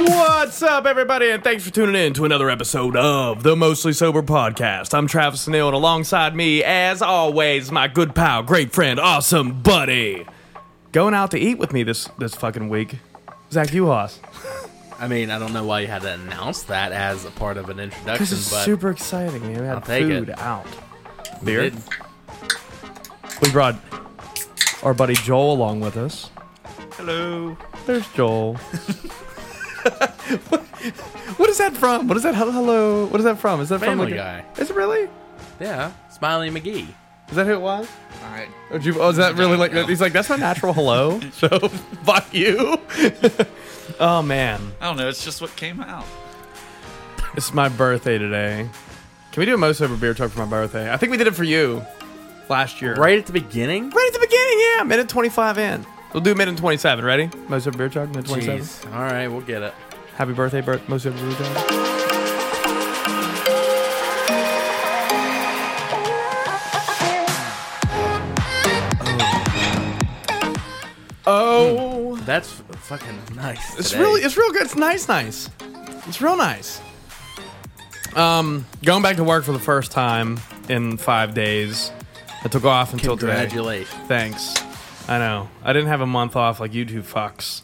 What's up, everybody, and thanks for tuning in to another episode of the Mostly Sober Podcast. I'm Travis Neal, and alongside me, as always, my good pal, great friend, awesome buddy, going out to eat with me this this fucking week, Zach Uhas. I mean, I don't know why you had to announce that as a part of an introduction, This is but super exciting, man. We had I'll take food it. out. it- Beer. We brought our buddy Joel along with us. Hello. There's Joel. what is that from? What is that? Hello. What is that from? Is that Family from Guy. Is it really? yeah, Smiley McGee. Is that who it was? Or do you- oh, is that really like? He's like, that's my natural hello. so fuck you. oh man, I don't know. It's just what came out. it's my birthday today. Can we do a most sober beer talk for my birthday? I think we did it for you last year. Right at the beginning. Right at the beginning, yeah. Minute 25 in. We'll do minute 27. Ready? Most of beer jug, minute 27. Jeez. All right, we'll get it. Happy birthday, Bert. Most of beer jug. Oh, That's fucking nice. it's today. really, it's real good. It's nice, nice. It's real nice. Um, going back to work for the first time in five days. I took off until today. congratulations. Thanks. I know. I didn't have a month off like you two fucks.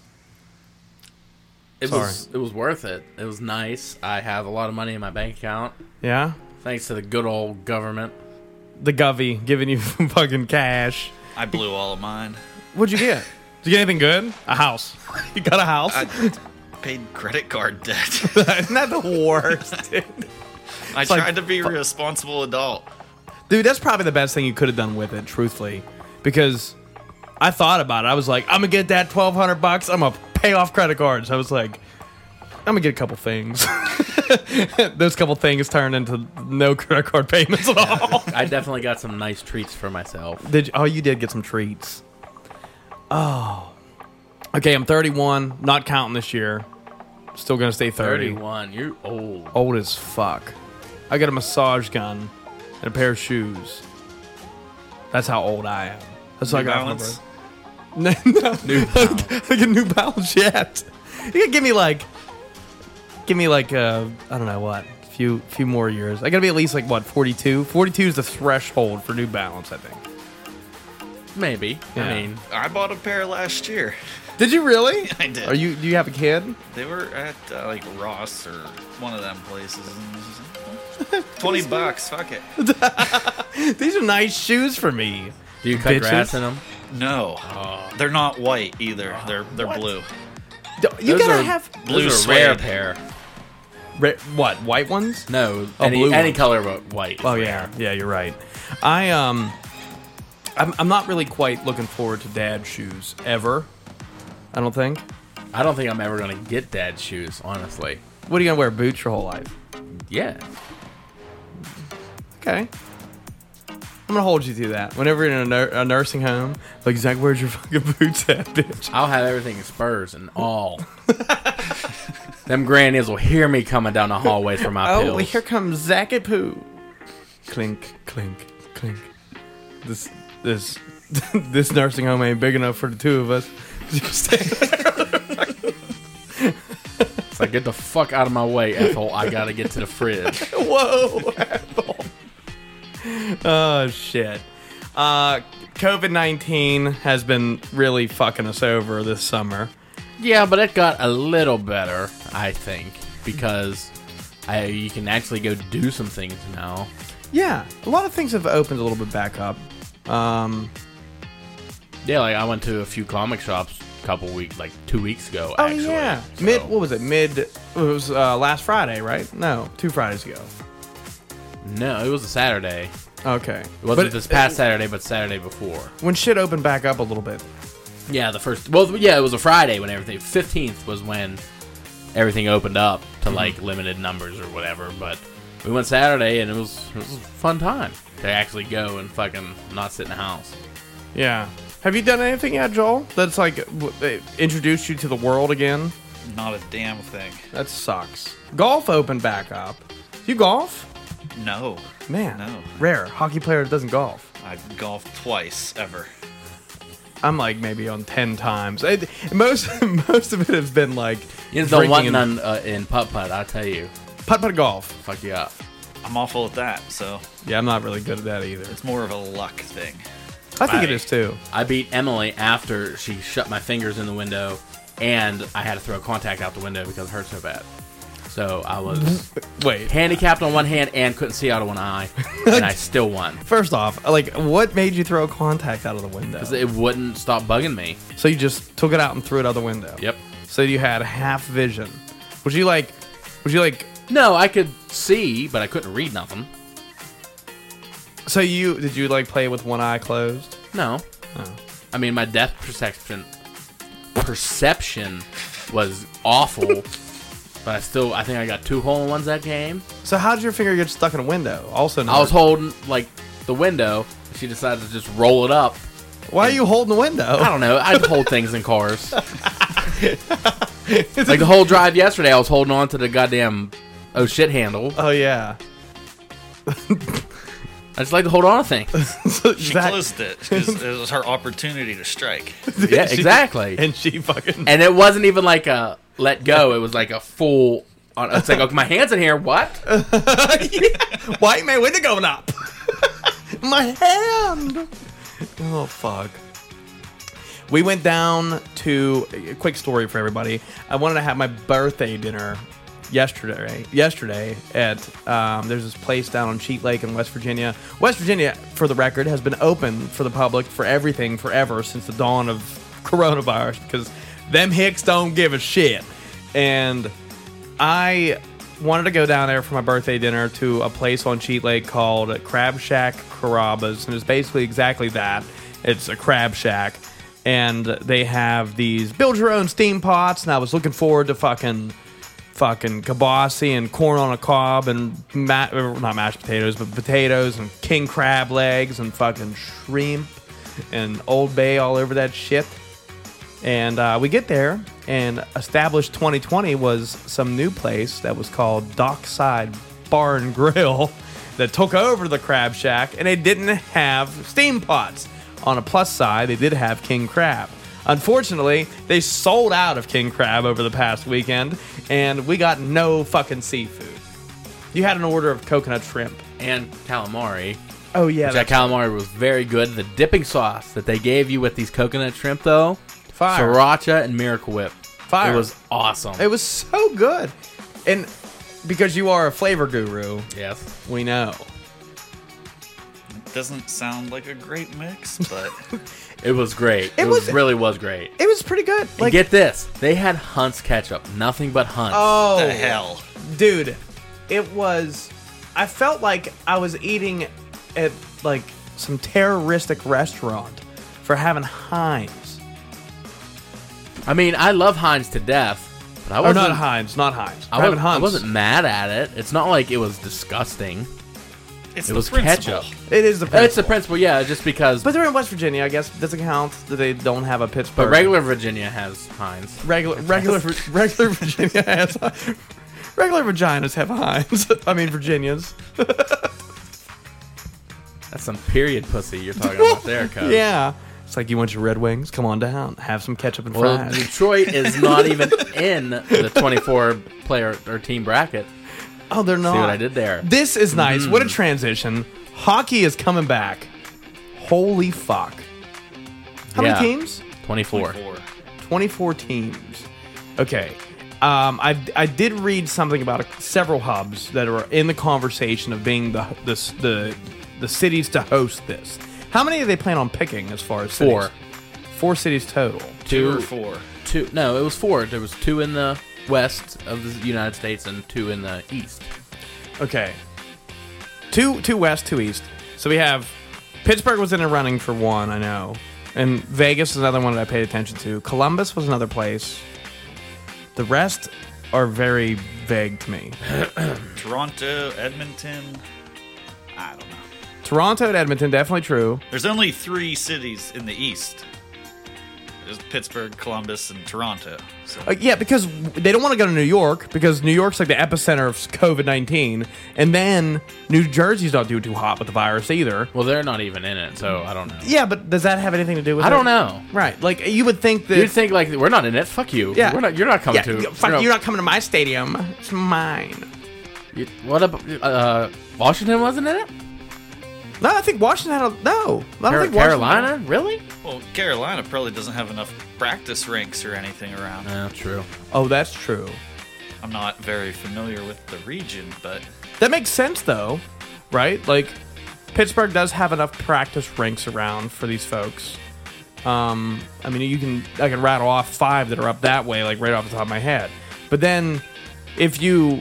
It Sorry. was it was worth it. It was nice. I have a lot of money in my bank account Yeah? thanks to the good old government. The Govey giving you fucking cash. I blew all of mine. What'd you get? Did you get anything good? A house. You got a house? I paid credit card debt. Isn't that the worst? dude? I like- tried to be a responsible adult. Dude, that's probably the best thing you could have done with it, truthfully. Because I thought about it. I was like, I'm gonna get that twelve hundred bucks, I'm gonna pay off credit cards. I was like, I'm gonna get a couple things. Those couple things turned into no credit card payments at all. I definitely got some nice treats for myself. Did you, oh you did get some treats. Oh. Okay, I'm 31, not counting this year. Still gonna stay 30. Thirty-one. You're old. Old as fuck. I got a massage gun and a pair of shoes. That's how old I am. That's what New I got. Balance? from my brother. no, no. New Balance. I get New Balance yet. You gotta give me like, give me like, uh, I don't know what, few few more years. I gotta be at least like what, 42? 42 is the threshold for New Balance, I think. Maybe. Yeah. I mean, I bought a pair last year. Did you really? I did. Are you? Do you have a kid? They were at uh, like Ross or one of them places. And it was just like, "Oh, Twenty bucks. Fuck it. These are nice shoes for me. do you cut Bitches. grass in them? No, they're not white either. They're they're blue. D- You Those gotta are- have Blue Those are a rare suede. pair. re- what white ones? No, Oh, any, blue any ones. color but white. Oh yeah, yeah, you're right. I um, I'm, I'm not really quite looking forward to dad shoes ever. I don't think. I don't think I'm ever gonna get dad shoes, honestly. What are you gonna wear boots your whole life? Yeah. Okay. I'm gonna hold you to that. Whenever you're in a, nur- a nursing home, like Zach, where's your fucking boots at, bitch? I'll have everything in Spurs and all. Them grannies will hear me coming down the hallways for my Oh, pills. here comes Zacky Poo. Clink, clink, clink. This, this, this nursing home ain't big enough for the two of us. It's like, get the fuck out of my way, Ethel. I gotta get to the fridge. Whoa! oh shit. Uh, COVID nineteen has been really fucking us over this summer. yeah, but it got a little better, I think, because I you can actually go do some things now. Yeah, a lot of things have opened a little bit back up. Um, Yeah, like I went to a few comic shops a couple weeks, like two weeks ago. oh actually, yeah, so- mid what was it? Mid it was uh, last Friday, right? No, two Fridays ago. No, it was a Saturday. Okay, It wasn't But this past Saturday, but Saturday before. when shit opened back up a little bit. Yeah, the first. Well, yeah, it was a Friday when everything. Mhm. Fifteenth was when everything opened up to like limited numbers or whatever. But we went Saturday, and it was it was a fun time to actually go and fucking not sit in the house. Yeah. Have you done anything yet, Joel? That's like w- they introduced you to the world again. Not a damn thing. That sucks. Golf opened back up. You golf? No. Man, No. rare hockey player that doesn't golf. I've golfed twice ever. I'm like maybe on ten times. I, most most of it has been like You just don't want drinking and none uh, in putt putt. I tell you, putt putt golf. fuck you up. I'm awful at that, so Yeah, I'm not really good at that either. it's more of a luck thing. I think it I- is too. I beat Emily after she shut my fingers in the window, and I had to throw contact out the window because it hurt so bad. So I was Wait, handicapped on one hand and couldn't see out of one eye, and I still won first off, like what made you throw contact out of the window? 'Cause it wouldn't stop bugging me. so you just took it out and threw it out the window. Yep. So you had half vision. Would you like? Would you like? No, I could see, but I couldn't read nothing. So you did you like play with one eye closed? No. I mean, my depth perception perception was awful, but I still I think I got two hole in ones that game. So how did your finger get stuck in a window? Also, not, I was holding like the window. and She decided to just roll it up. Why are you holding the window? I don't know. I hold things in cars. like the whole drive yesterday, I was holding on to the goddamn oh shit handle. Oh yeah. I just like to hold on to things. So She that- closed it. It was- it was her opportunity to strike. Yeah, She- exactly. and she fucking and it wasn't even like a let go. It was like a full. On, it's like okay, my hands in here. What? white man window going up. My hand. Oh fuck. We went down to a quick story for everybody. I wanted to have my birthday dinner yesterday. Yesterday at um, there's this place down on Cheat Lake in West Virginia. West Virginia, for the record, has been open for the public for everything forever since the dawn of coronavirus because them hicks don't give a shit. And I wanted to go down there for my birthday dinner to a place on Cheat Lake called Crab Shack Carrabba's, and it's basically exactly that. It's a crab shack, and they have these build-your-own steam pots, and I was looking forward to fucking fucking kibasi and corn on a cob and ma- er, not mashed potatoes, but potatoes and king crab legs and fucking shrimp and Old Bay all over that shit. And uh, we get there, and established 2020 was some new place that was called Dockside Bar and Grill that took over the Crab Shack, and they didn't have steam pots. On a plus side, they did have King Crab. Unfortunately, they sold out of King Crab over the past weekend, and we got no fucking seafood. You had an order of coconut shrimp. And calamari. Oh yeah, That calamari was very good. The dipping sauce that they gave you with these coconut shrimp, though, Fire. sriracha and Miracle Whip. Fire. It was awesome. it was so good, and because you are a flavor guru, yes. we know. Doesn't sound like a great mix, but It was great. It, was, was- really was great. It was pretty good. and get this, they had Hunt's ketchup. Nothing but Hunt's. Oh, the hell. dude, it was. I felt like I was eating at like some terroristic restaurant for having Heinz. I mean, I love Heinz to death, but I Or wasn't. Oh, not Heinz, not Heinz. I, having wasn't, I Heinz. wasn't mad at it. It's not like it was disgusting. It's It the was principle. ketchup. It is the principle. It's the principle, yeah. Just because, But but, they're in West Virginia, I guess. Doesn't count that they don't have a Pittsburgh. regular Virginia has Heinz. regular, regular, regular Virginia has. Regular vaginas have Heinz. I mean, Virginians. That's some period pussy you're talking about there, cuz. Yeah. It's like you want your Red Wings? Come on down. Have some ketchup and Well, fries. Detroit is not even in the 24 player or team bracket. Oh, they're not. See what I did there? Mm. This is nice. What a transition. Hockey is coming back. Holy fuck. How Yeah. many teams? 24. Or 24 teams. Okay. Um, I, I did read something about several hubs that are in the conversation of being the, the, the, the cities to host this. How many do they plan on picking as far as cities? Four. Four cities total. two or Two, four. two. No, it was four. There was two in the west of the United States and two in the east. Okay. Two two west, two east. So we have Pittsburgh was in a running for one, I know. And Vegas is another one that I paid attention to. Columbus was another place. The rest are very vague to me. Toronto, Edmonton. I don't know. Toronto and Edmonton, definitely true. There's only three cities in the East. There's Pittsburgh, Columbus, and Toronto. So Uh, yeah, because they don't want to go to New York because New York's like the epicenter of COVID 19. And then New Jersey's not doing too hot with the virus either. Well, they're not even in it, so I don't know. Yeah, but does that have anything to do with I it? don't know. Right. Like, you would think that. You'd think like we're not in it. Fuck you. Yeah. We're not. You're not coming yeah, to. y- fuck, you're not coming to my stadium. It's mine. You, what about uh, Washington wasn't in it? No, I think Washington had a. No. I don't Car- think Washington- Carolina, really? well, Carolina probably doesn't have enough practice rinks or anything around. Yeah, true. Oh, that's true. I'm not very familiar with the region, but That makes sense, though, right? Like, Pittsburgh does have enough practice rinks around for these folks. Um, I mean, you can I can rattle off five that are up that way, like right off the top of my head. But then, if you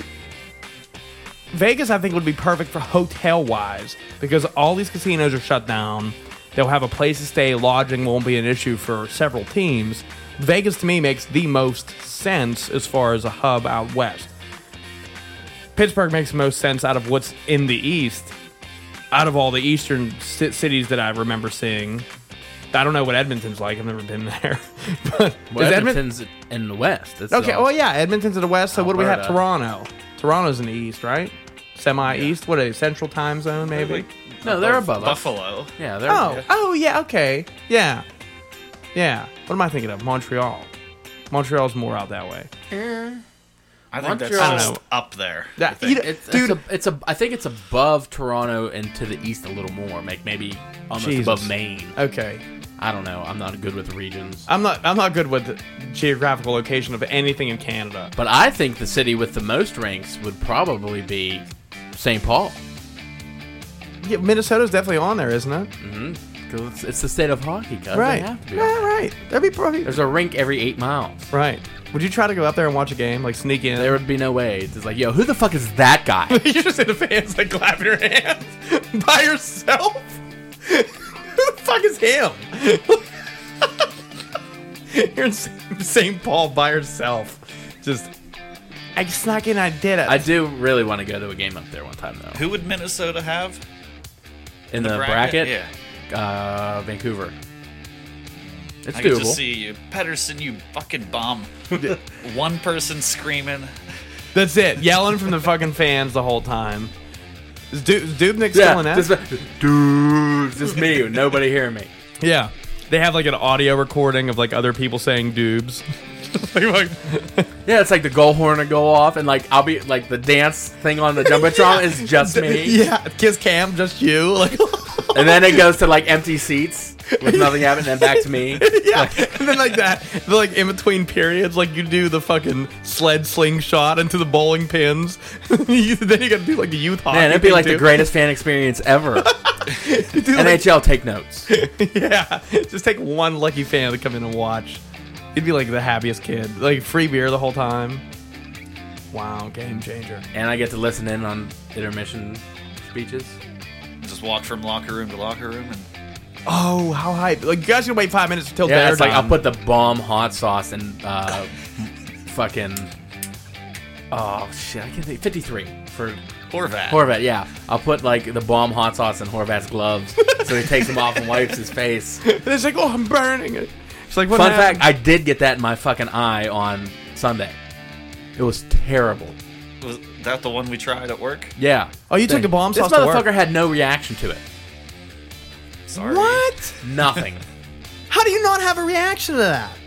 Vegas, I think would be perfect for hotel wise because all these casinos are shut down. They'll have a place to stay. Lodging won't be an issue for several teams. Vegas to me makes the most sense as far as a hub out west. Pittsburgh makes the most sense out of what's in the East. Out of all the Eastern ci- cities that I remember seeing, I don't know what Edmonton's like. I've never been there. but Well, is Edmon- Edmonton's in the West. It's Okay. all- Well, yeah, Edmonton's to the west. So what do we have? Toronto. Alberta. Toronto's in the east, right? Semi-east. What are they? Central time zone, maybe. like No, they're Buff- above us. Buffalo. Yeah, they're. oh. Oh yeah. Okay. Yeah. Yeah. What am I thinking of? Montreal. Montreal's more out that way. I think that's Montreal- just up there. I Yeah, think. you know- It's, Dude. it's, a, it's a. I think it's above Toronto and to the east a little more. Like maybe almost Jesus. above Maine. Okay. I don't know. I'm not good with regions. I'm not. I'm not good with the geographical location of anything in Canada. But I think the city with the most ranks would probably be St. Paul. Yeah, Minnesota's definitely on there, isn't it? 'Cause It's, it's the state of hockey, guys. They Right. have to be. Yeah. Right. That'd be probably. There's a rink every eight miles. Right. Would you try to go out there and watch a game, like sneak in? There would be no way. It's just like, yo, who the fuck is that guy? you just in the fans like clapping your hands by yourself. Who the fuck is him? You're in St. Paul by yourself. Just I snuck in. I did it. I do really want to go to a game up there one time though. Who would Minnesota have? In the, bracket, Yeah. uh, Vancouver. It's I could doable. just see you. Pedersen, you fucking bum. One person screaming. That's it. Yelling from the fucking fans the whole time. Is, du- is Dubnik still yeah, in that? just- dude, it's just me. Nobody hearing me. yeah. They have like an audio recording of like other people saying "dubes." like, Yeah, it's like the goal horn to go off, and like I'll be like the dance thing on the jumbotron is just me. yeah, kiss cam, just you. Like, And then it goes to like empty seats with nothing happening, and then back to me. Yeah, and then like that, then, like in between periods, like you do the fucking sled slingshot into the bowling pins. You- then you gotta do like the youth hockey. Man, it'd be thing, like too. the greatest fan experience ever. You do, like- NHL, take notes. yeah, just take one lucky fan to come in and watch. You'd be like the happiest kid, like free beer the whole time. Wow, game changer. And I get to listen in on intermission speeches. Just walk from locker room to locker room and Oh, how hype! Like you guys can wait five minutes until Yeah, dinner it's like I'll time. put the bomb hot sauce and uh, fucking. Oh shit! I can't think. Fifty-three for Horvat. Horvat. Yeah, I'll put like the bomb hot sauce in Horvat's gloves, so he takes them off and wipes his face. And it's like, oh, I'm burning it. It's like what Fun happened? fact: I did get that in my fucking eye on Sunday. It was terrible. Was that the one we tried at work? Yeah. Oh, you took the bomb sauce This to work. motherfucker had no reaction to it. Sorry. What? Nothing. How do you not have a reaction to that?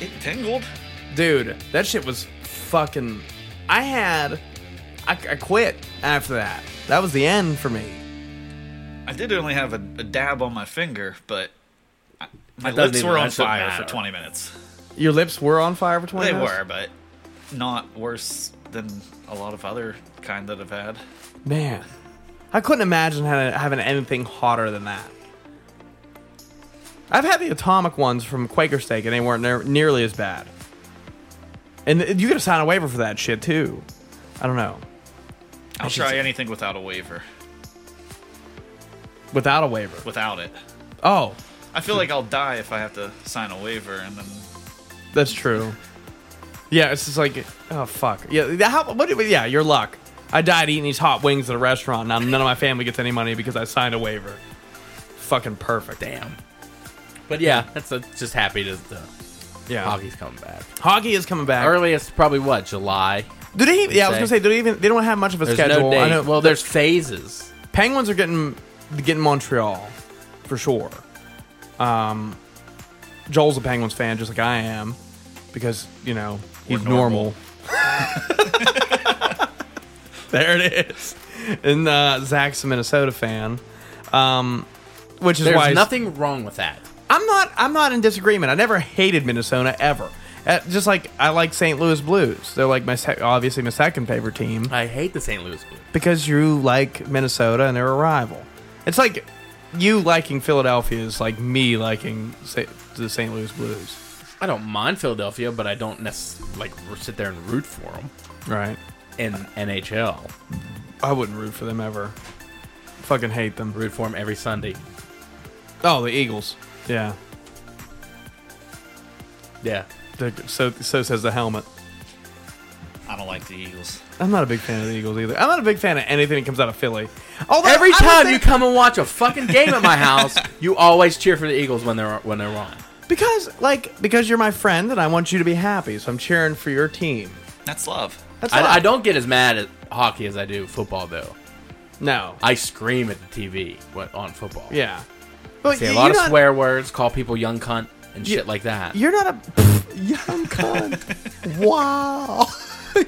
It tingled. Dude, that shit was fucking. I had. I, I quit after that. That was the end for me. I did only have a, a dab on my finger, but I, my doesn't lips even- were that on doesn't fire matter. for 20 minutes. Your lips were on fire for 20 They minutes? were, but not worse than a lot of other kind that I've had. Man. I couldn't imagine having, having anything hotter than that. I've had the atomic ones from Quaker Steak, and they weren't near nearly as bad. And th- you gotta sign a waiver for that shit, too. I don't know. I'll try anything without a waiver. Without a waiver. Without it. Oh, I feel like I'll die if I have to sign a waiver and then that's true. Yeah, it's just like, oh fuck. Yeah, the- how, what, yeah, your luck. I died eating these hot wings at a restaurant. Now none of my family gets any money because I signed a waiver. Fucking perfect. Damn. But yeah, that's uh, just happy to the Yeah, hockey. hockey's coming back. is coming back. Earliest probably what July. do they? even- Yeah, I was say. gonna say do they even? They don't have much of a There's schedule. no date. I know. Well, there's phases. Penguins are getting getting Montreal for sure. Um, Joel's a Penguins fan, just like I am, because you know he's normal. there it is. And uh, Zach's a Minnesota fan, um, which is There's why nothing wrong with that. I'm not. I'm not in disagreement. I never hated Minnesota ever. Uh, just like I like St. Louis Blues. They're like my sec- obviously my second favorite team I hate the St. Louis Blues. because you like Minnesota and they're a rival. It's like you liking Philadelphia is like me liking sa- the St. Louis Blues, I don't mind Philadelphia, but I don't necessarily like r- sit there and root for them right? in NHL. I wouldn't root for them ever. Fucking hate them. Root for them every Sunday. Oh, the Eagles. Yeah, Yeah, They're- so so says the helmet. I don't like the Eagles. I'm not a big fan of the Eagles either. I'm not a big fan of anything that comes out of Philly. Although Every I would time you think- come and watch a fucking game at my house, you always cheer for the Eagles when they're when they're on. because like because you're my friend and I want you to be happy, so I'm cheering for your team. That's love. That's I, all. I don't get as mad at hockey as I do football, though. no. I scream at the TV when, on football. yeah, but say a you- lot you're of not- swear words, call people young cunt and You- shit like that. You're not a young cunt. wow.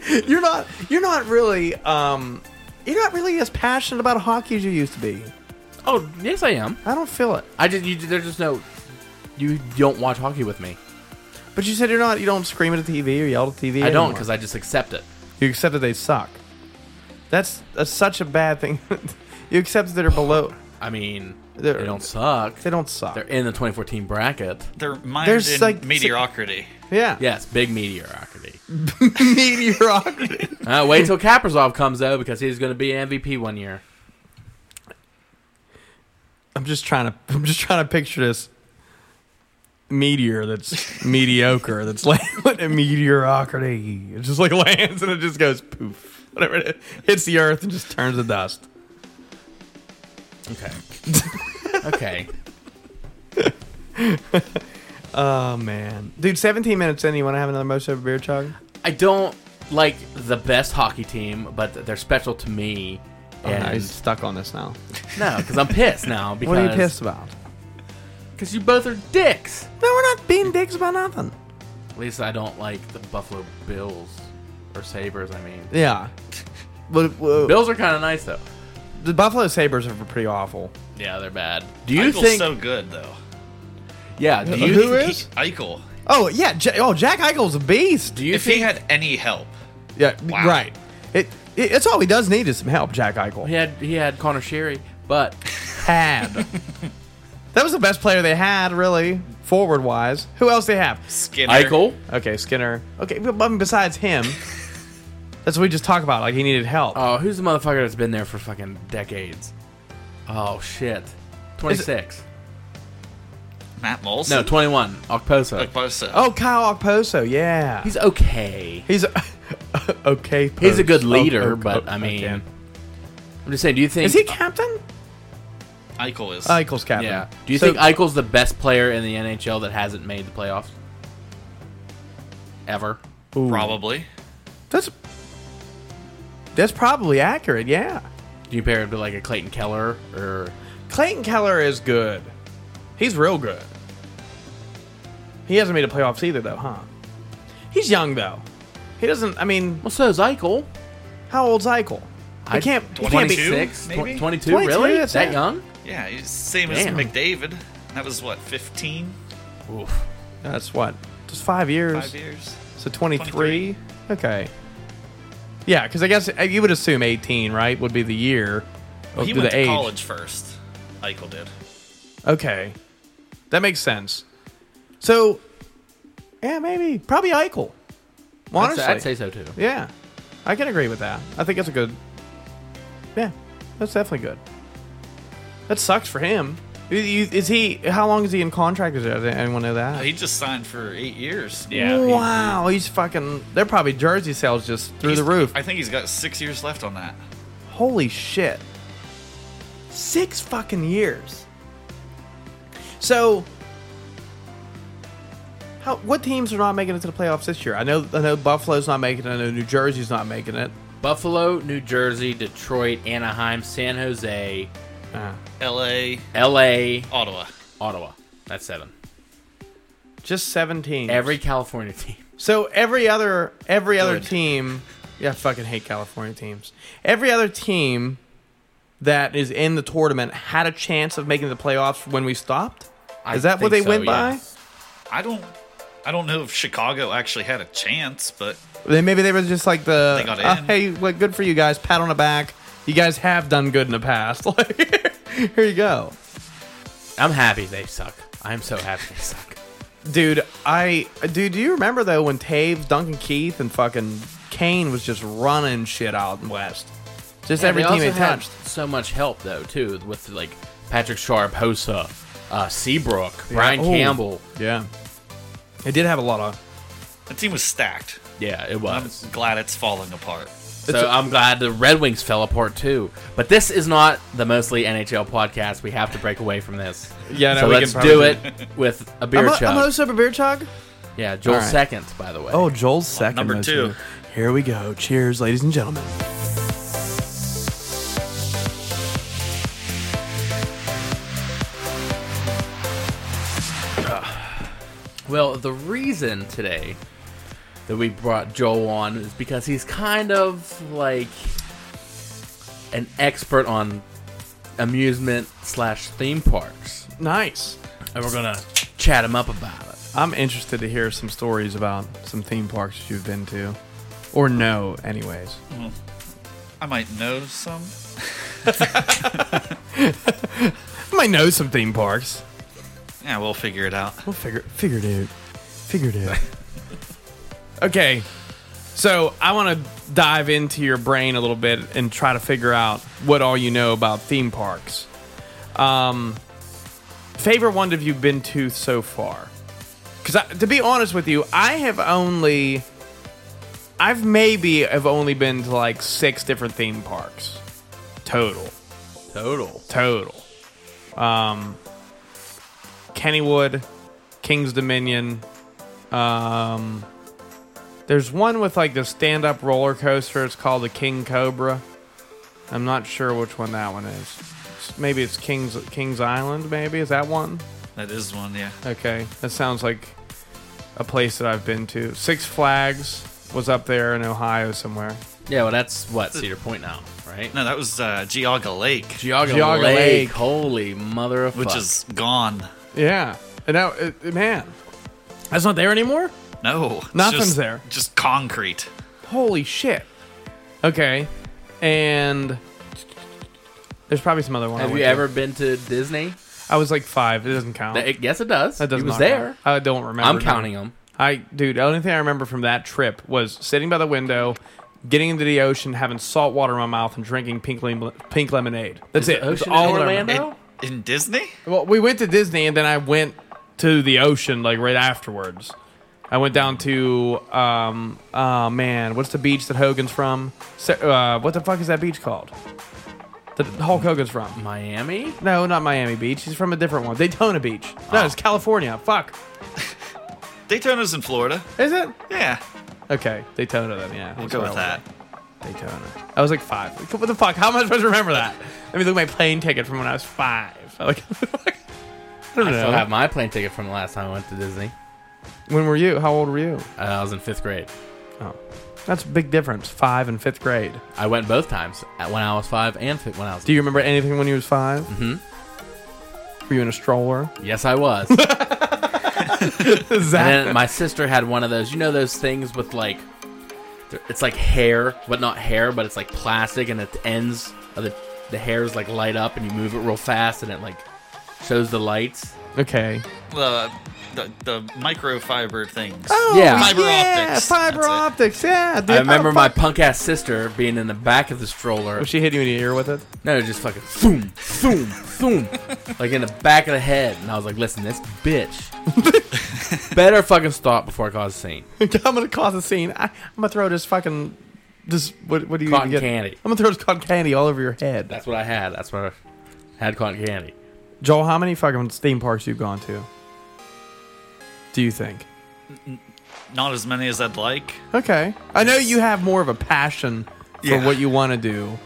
you're not. You're not really. Um, you're not really as passionate about hockey as you used to be. oh yes, I am. I don't feel it. I just you, there's just no you don't watch hockey with me. But you said you're not. You don't scream at a TV or yell at a TV. I don't because I just accept it. you accept that they suck. That's that's such a bad thing. you accept that they're below. I mean, They're- they don't suck. They don't suck. They're in the 2014 bracket. They're minors There's, in like, mediocrity. yeah. Yes, big mediocrity. Mediocrity. Uh, wait till Kaprizov comes though because he's going to be an MVP one year. I'm just trying to. I'm just trying to picture this meteor that's mediocre. That's like what a meteorocrity. It just like lands and it just goes poof. Whatever it is. hits the earth and just turns to dust. Okay. okay. Oh man, dude, 17 minutes in. You want to have another most over beer chug? I don't like the best hockey team, but they're special to me. And I'm stuck on this now. no, because I'm pissed now. Because What are you pissed about? Because you both are dicks. No, we're not being dicks about nothing. At least I don't like the Buffalo Bills or Sabers. I mean, Yeah. But, well, Bills are kind of nice though. the Buffalo Sabres are pretty awful. Yeah, they're bad. Do you Eichel's think? so good though. yeah. Do you Who think- is? Eichel. Oh yeah. Ja- oh, Jack Eichel's a beast. Do you if think he had any help, Yeah, Wow. right. It, it that's all he does need is some help, Jack he Eichel. had he had Connor Sherry? But Had that was the best player they had, really, forward wise. Who else they have? Skinner. Eichel, Okay, Skinner. Okay, but but besides him, that's what we just talked about. Like he needed help. oh, who's the motherfucker that's been there for fucking decades? Oh shit, twenty six. Matt Molson. No, twenty one. Okposo. Like Bosa. oh, Kyle Okposo. Yeah, He's okay. he's a, okay. He's a good post. leader, Oh, oh, but oh, I mean, okay. I'm just saying. Do you think? is he captain? Eichel is. Eichel's captain. yeah. Do you So- think Eichel's the best player in the NHL that hasn't made the playoffs ever? Ooh. probably. That's that's probably accurate. Yeah. Do you compare him to like a Clayton Keller or? Clayton Keller is good. He's real good. He hasn't made the playoffs either, though, huh? He's young though. He doesn't. I mean, Well, so is Eichel. how old's Eichel? I I- can't. he can't be- 22? Six, tw- Maybe? 22, 22, really? that's that it. young? Yeah, he's same Damn. as McDavid. That was what 15, Oof. That's what. Just five years. five years. So 23? Okay. Yeah, because I guess uh, you would assume 18, right? Would be the year. Well, he do went Oh, the to age. college first. Eichel did. Okay. That makes sense. So, yeah, maybe. Probably Eichel. I'd Honestly. say- I'd say so too. Yeah, I can agree with that. I think that's a good. Yeah, that's definitely good. That sucks for him. You- you- Is he? How long is he in contract? Is there, anyone know that? He just signed for eight years. he- Wow, he's fucking. They're probably jersey sales just through he's- the roof. I think he's got six years left on that. Holy shit. Six fucking years. So, how, what teams are not making it to the playoffs this year? I know, I know Buffalo's not making it. I know New Jersey's not making it. Buffalo, New Jersey, Detroit, Anaheim, San Jose, L.A., L.A., Ottawa. Ottawa. That's seven. Just seven teams. Every California team. so every other every other Good. team. Yeah, I fucking hate California teams. Every other team that is in the tournament had a chance of making the playoffs when we stopped. I Is that what think they so, went by? yes. I don't. I don't know if Chicago actually had a chance, but Then maybe they were just like the They got "Oh, in." hey, well, good for you guys. Pat on the back. You guys have done good in the past. Like, here you go, I'm happy they suck. I'm so happy they suck. dude. I dude, do you remember though when Taves, Duncan Keith, and fucking Kane was just running shit out in West? Just every they team also they had touched. So much help though too with like Patrick Sharp, Hosa, uh, Seabrook, Brian Oh. Campbell. Yeah, it did have a lot of. the team was stacked. Yeah, it I'm was. glad it's falling apart. so i I'm glad the Red Wings fell apart too. But this is not the mostly NHL podcast. We have to break away from this. Yeah, no, so we let's can do probably- it with a beer I'm, a, chug. I'm a host of a beer chug. yeah, Joel All right. second, by the way. Oh, Joel's second. number most two. of it. Here we go. Cheers, ladies and gentlemen. Well, the reason today that we brought Joel on is because he's kind of like an expert on amusement slash theme parks, Nice. and we're gonna chat him up about it. I'm interested to hear some stories about some theme parks that you've been to, or no, anyways. I might know some. I might know some theme parks. Yeah, we'll figure it out. We'll figure figure it out. Figure it out. okay, so I want to dive into your brain a little bit and try to figure out what all you know about theme parks. Um, favorite one have you been to so far? Because to be honest with you, I have only, I've maybe have only been to like six different theme parks total. Total. total. Um, Kennywood, King's Dominion. Um, there's one with like the stand-up roller coaster. It's called the King Cobra. I'm not sure which one that one is. It's- Maybe it's King's King's Island. Maybe is that one? That is one, yeah. Okay, that sounds like a place that I've been to. Six Flags was up there in Ohio somewhere. Yeah, well, that's what Cedar Point now, right? No, that was uh, Geauga Lake, Geauga, Geauga Lake. Lake. Holy mother of which fuck. is gone. Yeah, and now it, it- man, that's not there anymore. No, it's Nothing's just- there. Just concrete. Holy shit. Okay. And there's probably some other one. I Have went you to. ever been to Disney? I was like five. It doesn't count. Th- yes, it does. that does It was not there. count. I don't remember. I'm no. counting them. I dude, the only thing I remember from that trip was sitting by the window, getting into the ocean, having salt water in my mouth, and drinking pink, lem- pink lemonade. That's it. That's Ocean all in that I remember. Orlando? In, in Disney? Well, we went to Disney, and then I went to the ocean like right afterwards. I went down to um, oh man, what's the beach that Hogan's from? Se- Uh, what the fuck is that beach called? That Hulk Hogan's from? Miami? No, not Miami Beach. He's from a different one. Daytona Beach. No, Ah. it's California. Fuck, Daytona's in Florida. is it? Yeah, Okay, Daytona then. Yeah, we'll that's go where with I that. went. Daytona. I was like five. Like, what the fuck? How am I supposed to remember that? Let me look at my plane ticket from when I was five. Like, I don't know. I still have my plane ticket from the last time I went to Disney. when were you? How old were you? Uh, I was in fifth grade. Oh, that's a big difference. Five and fifth grade. I went both times at when I was five and fi- when I was. Do you remember anything when you was 5 Mm-hmm. Were you in a stroller? yes, I was. and Is that then my sister had one of those. You know those things with like, th- it's like hair, but not hair, but it's like plastic, and at the ends of the the hairs like light up, and you move it real fast, and it like shows the lights. Okay. The, the the microfiber things. Oh. Yeah. Fiber yeah, optics. Fiber That's it. optics. Yeah. dude. I remember Oh, my fuck. punk ass sister being in the back of the stroller. Oh, she hit you in the ear with it. No, just fucking boom, boom, boom, like in the back of the head. And I was like, listen, this bitch better fucking stop before I cause a scene. I'm gonna cause a scene. I, I'm gonna throw this fucking this. What, what do you Cotton even get? candy. I'm gonna throw this cotton candy all over your head. That's what I had. That's what I had cotton candy. Joel, how many fucking theme parks you've gone to? Do you think? Not as many as I'd like. Okay, I know you have more of a passion for Yeah. what you want to do.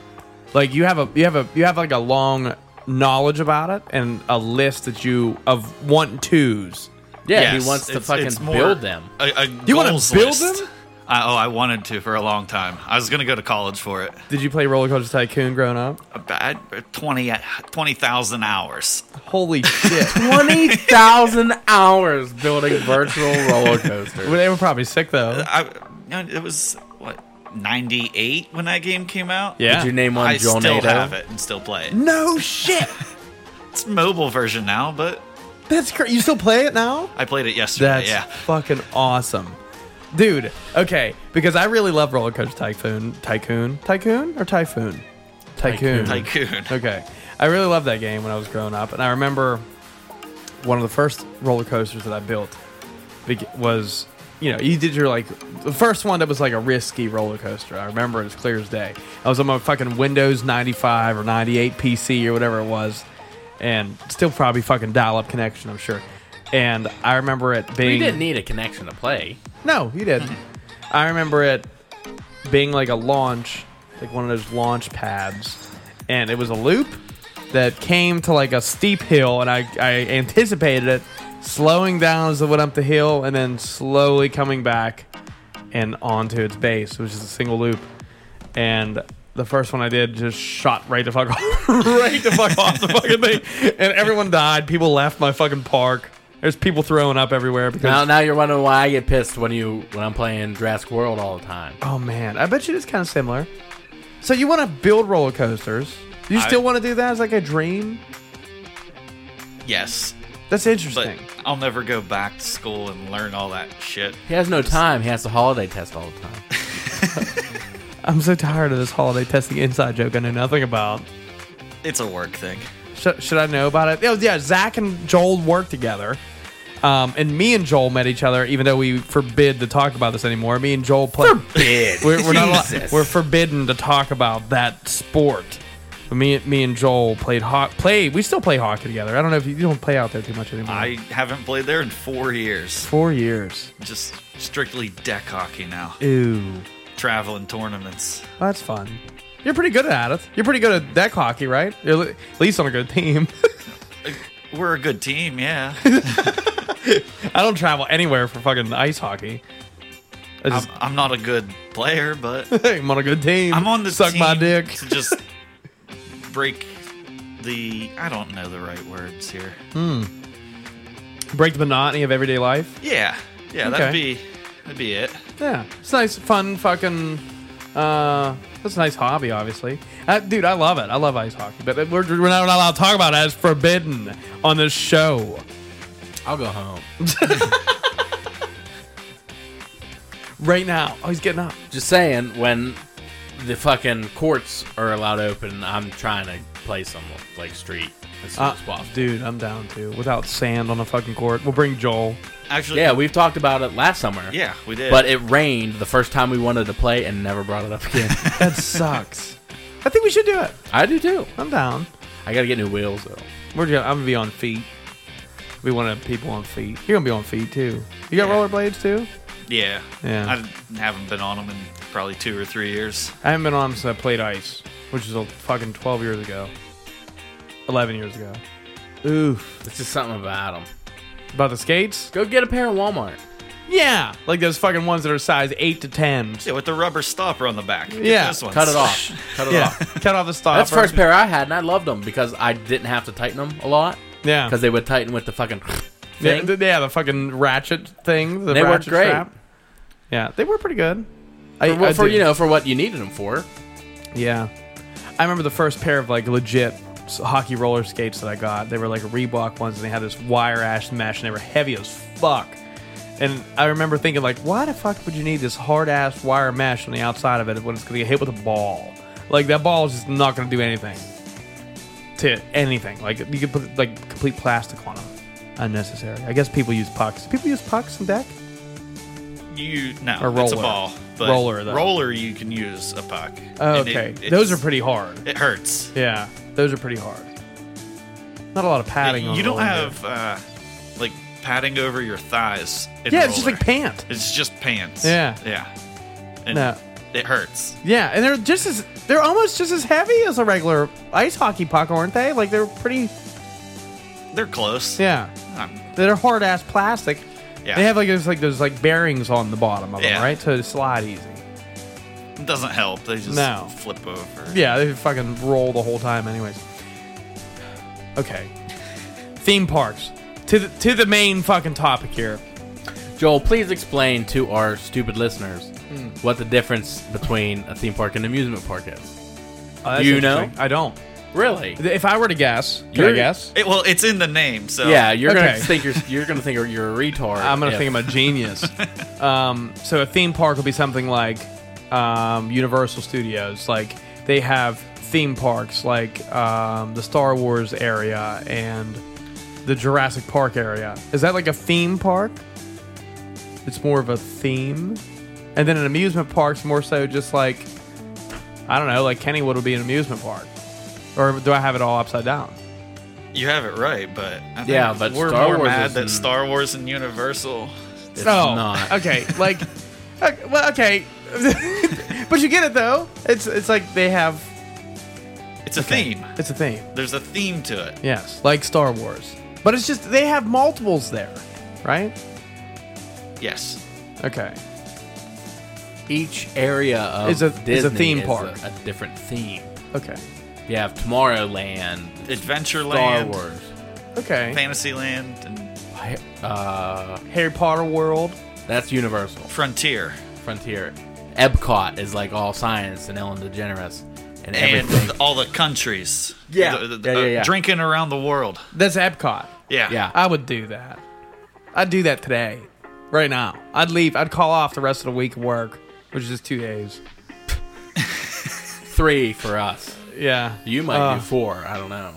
Like you have a you have a you have like a long knowledge about it and a list that you of one twos. Yeah, Yes, he wants to it's- fucking it's more build them. A, a You wanna goals build list. them? I, oh, I wanted to for a long time. I was gonna go to college for it. uh, Did you play Roller Coaster Tycoon growing up? About 20 20,000 hours. Holy shit! Twenty thousand hours building virtual roller coasters. they were probably sick though. I it was what ninety eight when that game came out. Yeah. Did you name one I Joel still Nato? have it and still play it. No shit. It's mobile version now, but That's crazy. You still play it now? I played it yesterday. That's yeah, fucking awesome. Dude, okay, because I really love Roller Coaster Tycoon. Tycoon? Tycoon or Typhoon? Tycoon. Tycoon. Okay. I really loved that game when I was growing up, and I remember one of the first roller coasters that I built be- was, you know, you did your like the first one that was like a risky roller coaster. I remember it as clear as day. I was on my fucking Windows 95 or 98 PC or whatever it was, and still probably fucking dial up connection, I'm sure. And I remember it being You didn't need a connection to play. no, he didn't. I remember it being like a launch, like one of those launch pads, and it was a loop that came to like a steep hill, and I, I anticipated it slowing down as it went up the hill, and then slowly coming back and onto its base, which is a single loop. And the first one I did just shot right the fuck off, right the fuck off the fucking thing, and everyone died. People left my fucking park. There's people throwing up everywhere because Now, now you're wondering why I get pissed when you when I'm playing Jurassic World all the time. Oh man, I bet you it's kind of similar. So you want to build roller coasters? You I- still want to do that as like a dream? Yes, That's but interesting. I'll never go back to school and learn all that shit. He has no time. He has to holiday test all the time. I'm so tired of this holiday testing inside joke I know nothing about. It's a work thing. Should, should I know about it? Oh, yeah, Zach and Joel work together. Um, and me and Joel met each other, even though we forbid to talk about this anymore. Me and Joel play. Bid. We're, we're not. Allowed, Jesus. we're forbidden to talk about that sport. But me, me and Joel played ho- play. We still play hockey together. I don't know if you, you don't play out there too much anymore. I haven't played there in four years. Four years. Just strictly deck hockey now. Ooh. Traveling tournaments. That's fun. You're pretty good at it. You're pretty good at deck hockey, right? You're li- at least on a good team. We're a good team, yeah. I don't travel anywhere for fucking ice hockey. I I'm, just, I'm not a good player, but I'm on a good team. I'm on the suck team my dick. to just break the I don't know the right words here. Break the monotony of everyday life. Yeah, yeah, Okay. that'd be that'd be it. Yeah, it's nice, fun, fucking. Uh, that's a nice hobby, obviously. Uh, dude, I love it. I love ice hockey, but we're, we're not allowed to talk about it. It's forbidden on this show. I'll go home. Right now, oh, he's getting up. Just saying, when the fucking courts are allowed open, I'm trying to play some like street as soon Uh, as possible. dude, I'm down too. Without sand on the fucking court, we'll bring Joel. Actually, Yeah, we've talked about it last summer. yeah, we did. But it rained the first time we wanted to play and never brought it up again. That sucks. I think we should do it. I do too. I'm down. I gotta get new wheels though. We're gonna, I'm gonna be on feet. We want to people on feet. You're gonna be on feet too. You got rollerblades too? yeah, Yeah. I haven't been on them in probably two or three years. I haven't been on 'em since I played ice, which is a fucking 12 years ago, 11 years ago. Oof. It's just something about them. About the skates? Go get a pair in Walmart. Yeah, like those fucking ones that are size eight to ten. Yeah, with the rubber stopper on the back. Get Yeah, those ones. Cut it off. Cut it Yeah, off. cut off the stopper. That's the first pair I had, and I loved them because I didn't have to tighten them a lot Yeah, because they would tighten with the fucking Uh-huh. yeah, thing. th- yeah, the fucking ratchet thing. The They worked ratchet great. strap. Yeah, they were pretty good. I, For, what- I for do- you know, for what you needed them for. Yeah. I remember the first pair of like legit s- hockey roller skates that I got. They were like Reebok ones, and they had this wire ash mesh, and they were heavy as fuck. And I remember thinking, like, why the fuck would you need this hard ass wire mesh on the outside of it when it's gonna get hit with a ball? Like that ball is just not gonna do anything to anything. Like you could put like complete plastic on them. Unnecessary. I guess people use pucks. People use pucks in deck. You no, Or it's a roller. ball. But Roller, though. roller, you can use a puck. Oh, And it- okay, it's- those are pretty hard. It hurts. Yeah, those are pretty hard. Not a lot of padding. on you don't roller. have uh, like padding over your thighs. in Yeah, it's just roller. like pant. It's just pants. Yeah. yeah. And No. it hurts. Yeah, and they're just as they're almost just as heavy as a regular ice hockey puck, aren't they? Like they're pretty. They're close. Yeah, Um, they're hard ass plastic. Yeah. They have like those like those like bearings on the bottom of them, Yeah. right? So they slide easy. it doesn't help. They just No. flip over. Yeah, they fucking roll the whole time, anyways. Okay. Theme parks. To the, to the main fucking topic here. Joel, please explain to our stupid listeners Hmm. what the difference between a theme park and an amusement park is. Oh, that's You know? interesting. I don't. Really? If I were to guess, can I You're- guess? It, well, it's in the name, so Yeah, you're Okay. gonna think you're you're gonna think you're a retard. I'm gonna if- think I'm a genius. um, so a theme park would be something like um, Universal Studios. Like they have theme parks like um, the Star Wars area and the Jurassic Park area. Is that like a theme park? It's more of a theme, and then an amusement park's more so just like I don't know, like Kennywood would be an amusement park, or do I have it all upside down? you have it right. But I think Yeah, but we're Star more Wars mad is- that Star Wars and Universal. It's Oh, not. okay. Like, okay, well, okay, but you get it though. It's it's like they have It's a theme. it's a theme. There's a theme to it. Yes, like Star Wars, but it's just they have multiples there, right? Yes. Okay, Each area of Is a- is a Disney theme is park. a, a different theme. okay, You have Tomorrowland, Star Adventureland, Wars, okay. Fantasyland, and I- uh, Harry Potter World. that's Universal. Frontier, Frontier. Epcot is like all science and Ellen DeGeneres and and everything. all the countries. Yeah. The- the- Yeah, yeah, uh, yeah. Drinking around the world. That's Epcot. Yeah. yeah. I would do that. I'd do that today, right now. I'd leave. I'd call off the rest of the week of work, which is just two days. Three for us. Yeah. You might Uh, do four. I don't know.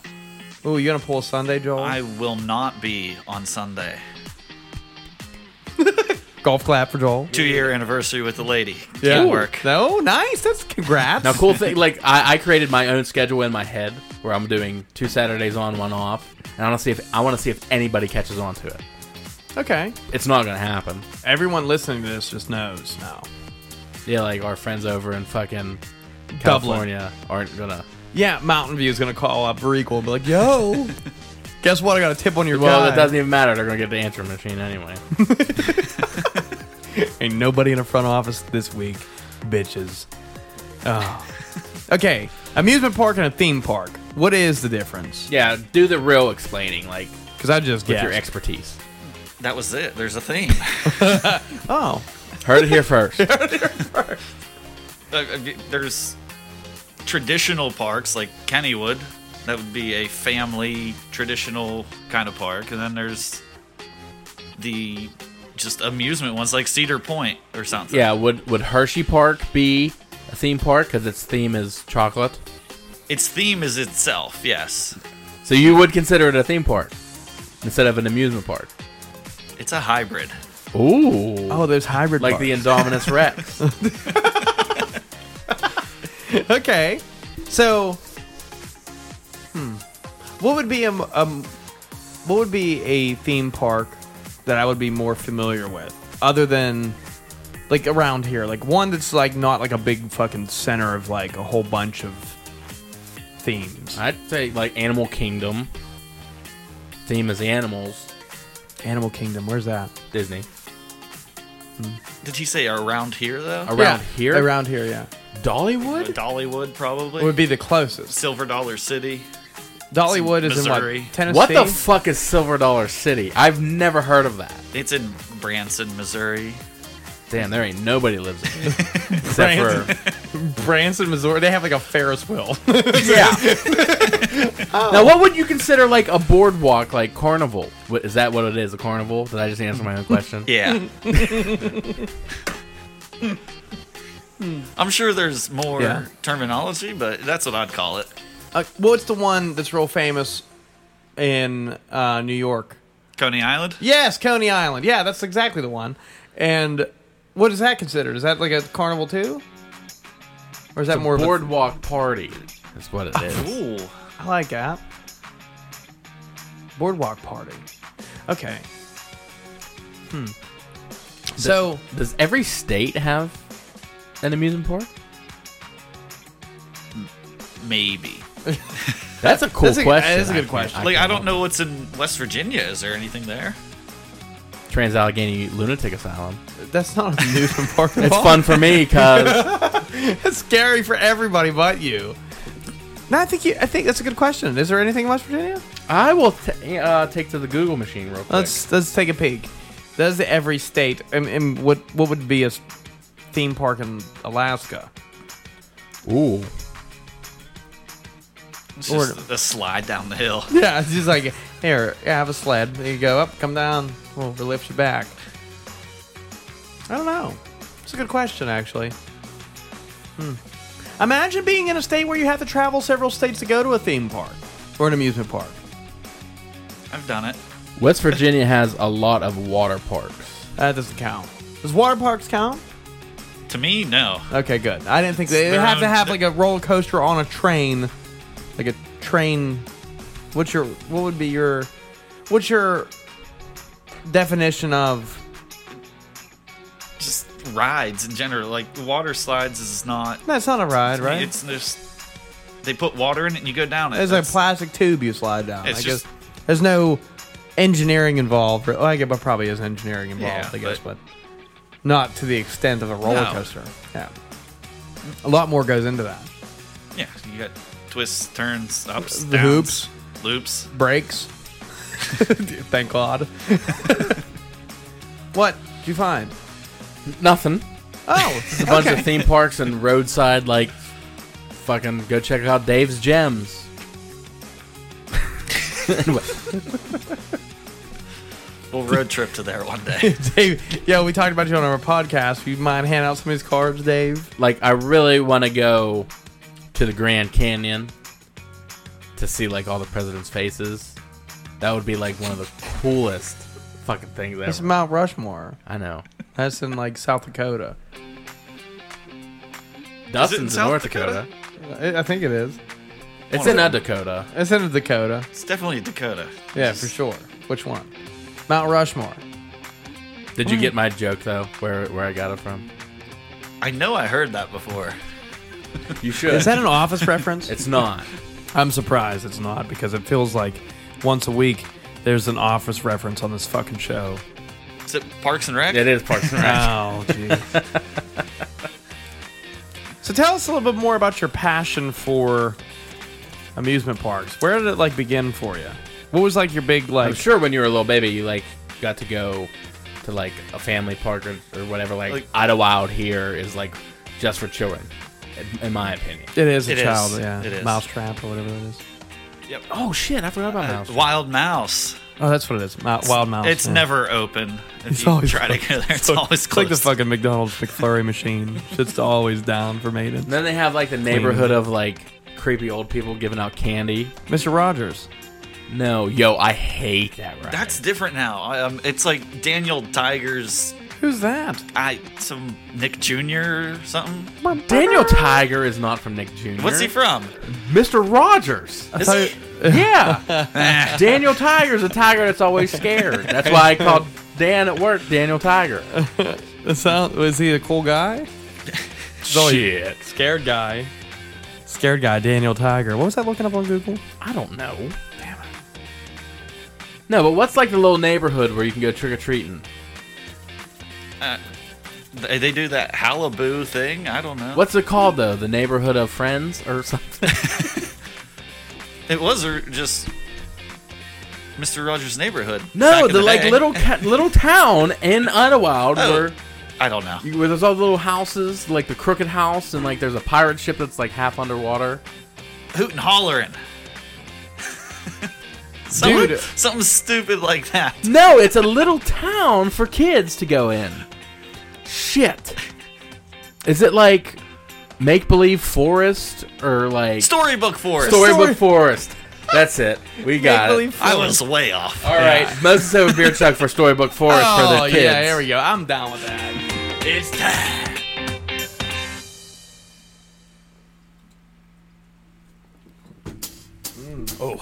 Ooh, you gonna pull a Sunday, Joel? I will not be on Sunday. Golf clap for Joel. Two year anniversary with the lady. Yeah. Can't work. No, nice. That's congrats. Now, cool thing, like I, I created my own schedule in my head where I'm doing two Saturdays on, one off, and I want to see if I want to see if anybody catches on to it. Okay. It's not gonna happen. Everyone listening to this just knows now. Yeah, like our friends over in fucking California aren't gonna. Yeah, Mountain View is gonna call up Regal and be like, "Yo, guess what? I got a tip on your Well, guy." that doesn't even matter. They're gonna get the answering machine anyway. Ain't nobody in the front office this week, bitches. Oh. okay, amusement park and a theme park. What is the difference? yeah, do the real explaining, like Because I just with guessed. your expertise. That was it. There's a theme. oh, Heard it here first. Uh, uh, There's traditional parks like Kennywood. That would be a family traditional kind of park. And then there's the just amusement ones like Cedar Point or something. Yeah, would would Hershey Park be a theme park because its theme is chocolate? Its theme is itself, yes. So you would consider it a theme park instead of an amusement park. It's a hybrid. Ooh, oh, there's hybrid. like the Indominus Rex. the okay. So, hmm, what would be a m- um, what would be a theme park that I would be more familiar with, other than like around here, like one that's like not like a big fucking center of like a whole bunch of themes. I'd say like Animal Kingdom. Theme is animals. Animal Kingdom, where's that? Disney Did he say around here though? around here. around here, yeah, Dollywood. Dollywood probably. would be the closest. Silver Dollar City. Dollywood is in Missouri. what Tennessee. What the fuck is Silver Dollar City? I've never heard of that. It's in Branson, Missouri. Damn, there ain't nobody lives in it except for Branson, Missouri. They have like a Ferris wheel. Yeah. Now, what would you consider like a boardwalk, like carnival? What, is that what it is? A carnival? Did I just answer my own question? Yeah. I'm sure there's more Yeah. terminology, but that's what I'd call it. uh, well, it's the one that's real famous in uh, New York. Coney Island? Yes, Coney Island. Yeah, that's exactly the one. And what is that considered? Is that like a carnival too? Or is that more of a, Boardwalk party is what it is. Ooh. I like that. Boardwalk party. Okay. Hmm. So Does every state have an amusement park? Maybe. That's a cool That's a- question. that is a good I can't- question. Like, I can't- don't know what's in West Virginia. Is there anything there? Trans Allegheny Lunatic Asylum. that's not a new park. at It's all. fun for me because It's scary for everybody but you. No, I think you. I think that's a good question. Is there anything in West Virginia? I will t- uh, take to the Google machine real quick. Let's let's take a peek. Does every state and, and what what would be a s- theme park in Alaska? Ooh. It's Or- just a slide down the hill. Yeah, it's just like here, yeah, have a sled. There you go. Up, come down. We'll lift you back. I don't know. It's a good question, actually. Hmm. Imagine being in a state where you have to travel several states to go to a theme park or an amusement park. I've done it. West Virginia has a lot of water parks. That doesn't count. Does water parks count? To me, no. Okay, good. I didn't think they, they their have to own- have like a roller coaster on a train, like a train. What's your what would be your what's your definition of Just rides in general. Like, water slides is not. no? It's not a ride, right? It's, It's just. They put water in it and you go down it. there's a That's- plastic tube you slide down. It's I just- guess there's no engineering involved. Well, I guess but probably is engineering involved. Yeah, I guess, but, but- not to the extent of a roller No. coaster. Yeah, a lot more goes into that. Yeah, you got twists, turns, ups, The downs, loops. Brakes. Thank God. what did you find? Nothing. Oh, it's A bunch of theme parks and roadside, like, fucking go check out Dave's Gems. We'll road trip to there one day. Dave, yo, we talked about you on our podcast. You mind hand out some of these cards, Dave? Like, I really want to go to the Grand Canyon to see, like, all the presidents' faces. That would be, like, one of the coolest fucking things That's ever. Mount Rushmore. I know. That's in like South Dakota. Dustin's in, South North Dakota. Dakota? I I think it is. It's in a Dakota. It's in Dakota. It's definitely Dakota. Yeah, for sure. Which one? Mount Rushmore. Did you get my joke, though, where, where I got it from? I know I heard that before. You should. Is that an office reference? it's not. I'm surprised it's not because it feels like once a week there's an office reference on this fucking show. Is it Parks and Rec? It is Parks and Rec. Oh, jeez. so tell us a little bit more about your passion for amusement parks. Where did it like begin for you? What was like your big I'm like? sure when you were a little baby, you like got to go to like a family park or, or whatever. Like, Like- Idaho Out here is like just for children, in- in my opinion. It is a It is. child, yeah. It is. Mousetrap or whatever it is. Yep. Oh shit, I forgot about Uh, mouse. Wild Mouse. Oh, that's what it is. Mou- Wild mouse. It's yeah. never open. If It's you always try to go there, it's always It's like closed. the fucking McDonald's McFlurry machine. Shit's always down for maintenance. And then they have like the neighborhood of like creepy old people giving out candy. Mr. Rogers. No, yo, I hate that ride. That's different now. I, Um, it's like Daniel Tiger's, Who's that? I some Nick Jr. or something. Daniel Tiger is not from Nick Jr. What's he from? Mr. Rogers. Is thought- he- Eh. Yeah. Daniel Tiger's a tiger that's always scared. That's why I called Dan at work Daniel Tiger. Oh, It sound, was he a cool guy? Shit. Scared guy. Scared guy, Daniel Tiger. What was that looking up on Google? I don't know. Damn it. No, but what's like the little neighborhood where you can go trick or treating? Uh, They they do that Halibut thing. I don't know. What's it called though? The neighborhood of friends or something? It was or just Mr. Rogers' neighborhood. back No, in the like day. little ca- little town in Idlewild Oh. where I don't know. You- where there's all the little houses, like the crooked house, and like there's a pirate ship that's like half underwater. Hoot and hollering. something, Dude. something stupid like that. No, it's a little town for kids to go in. Shit. Is it like make believe forest or like Storybook Forest. storybook forest? That's it. We got it. I was way off. All right, Moses have a beer chuck for storybook forest for Oh the kids. yeah, there we go. I'm down with that. It's time. Mm. Oh.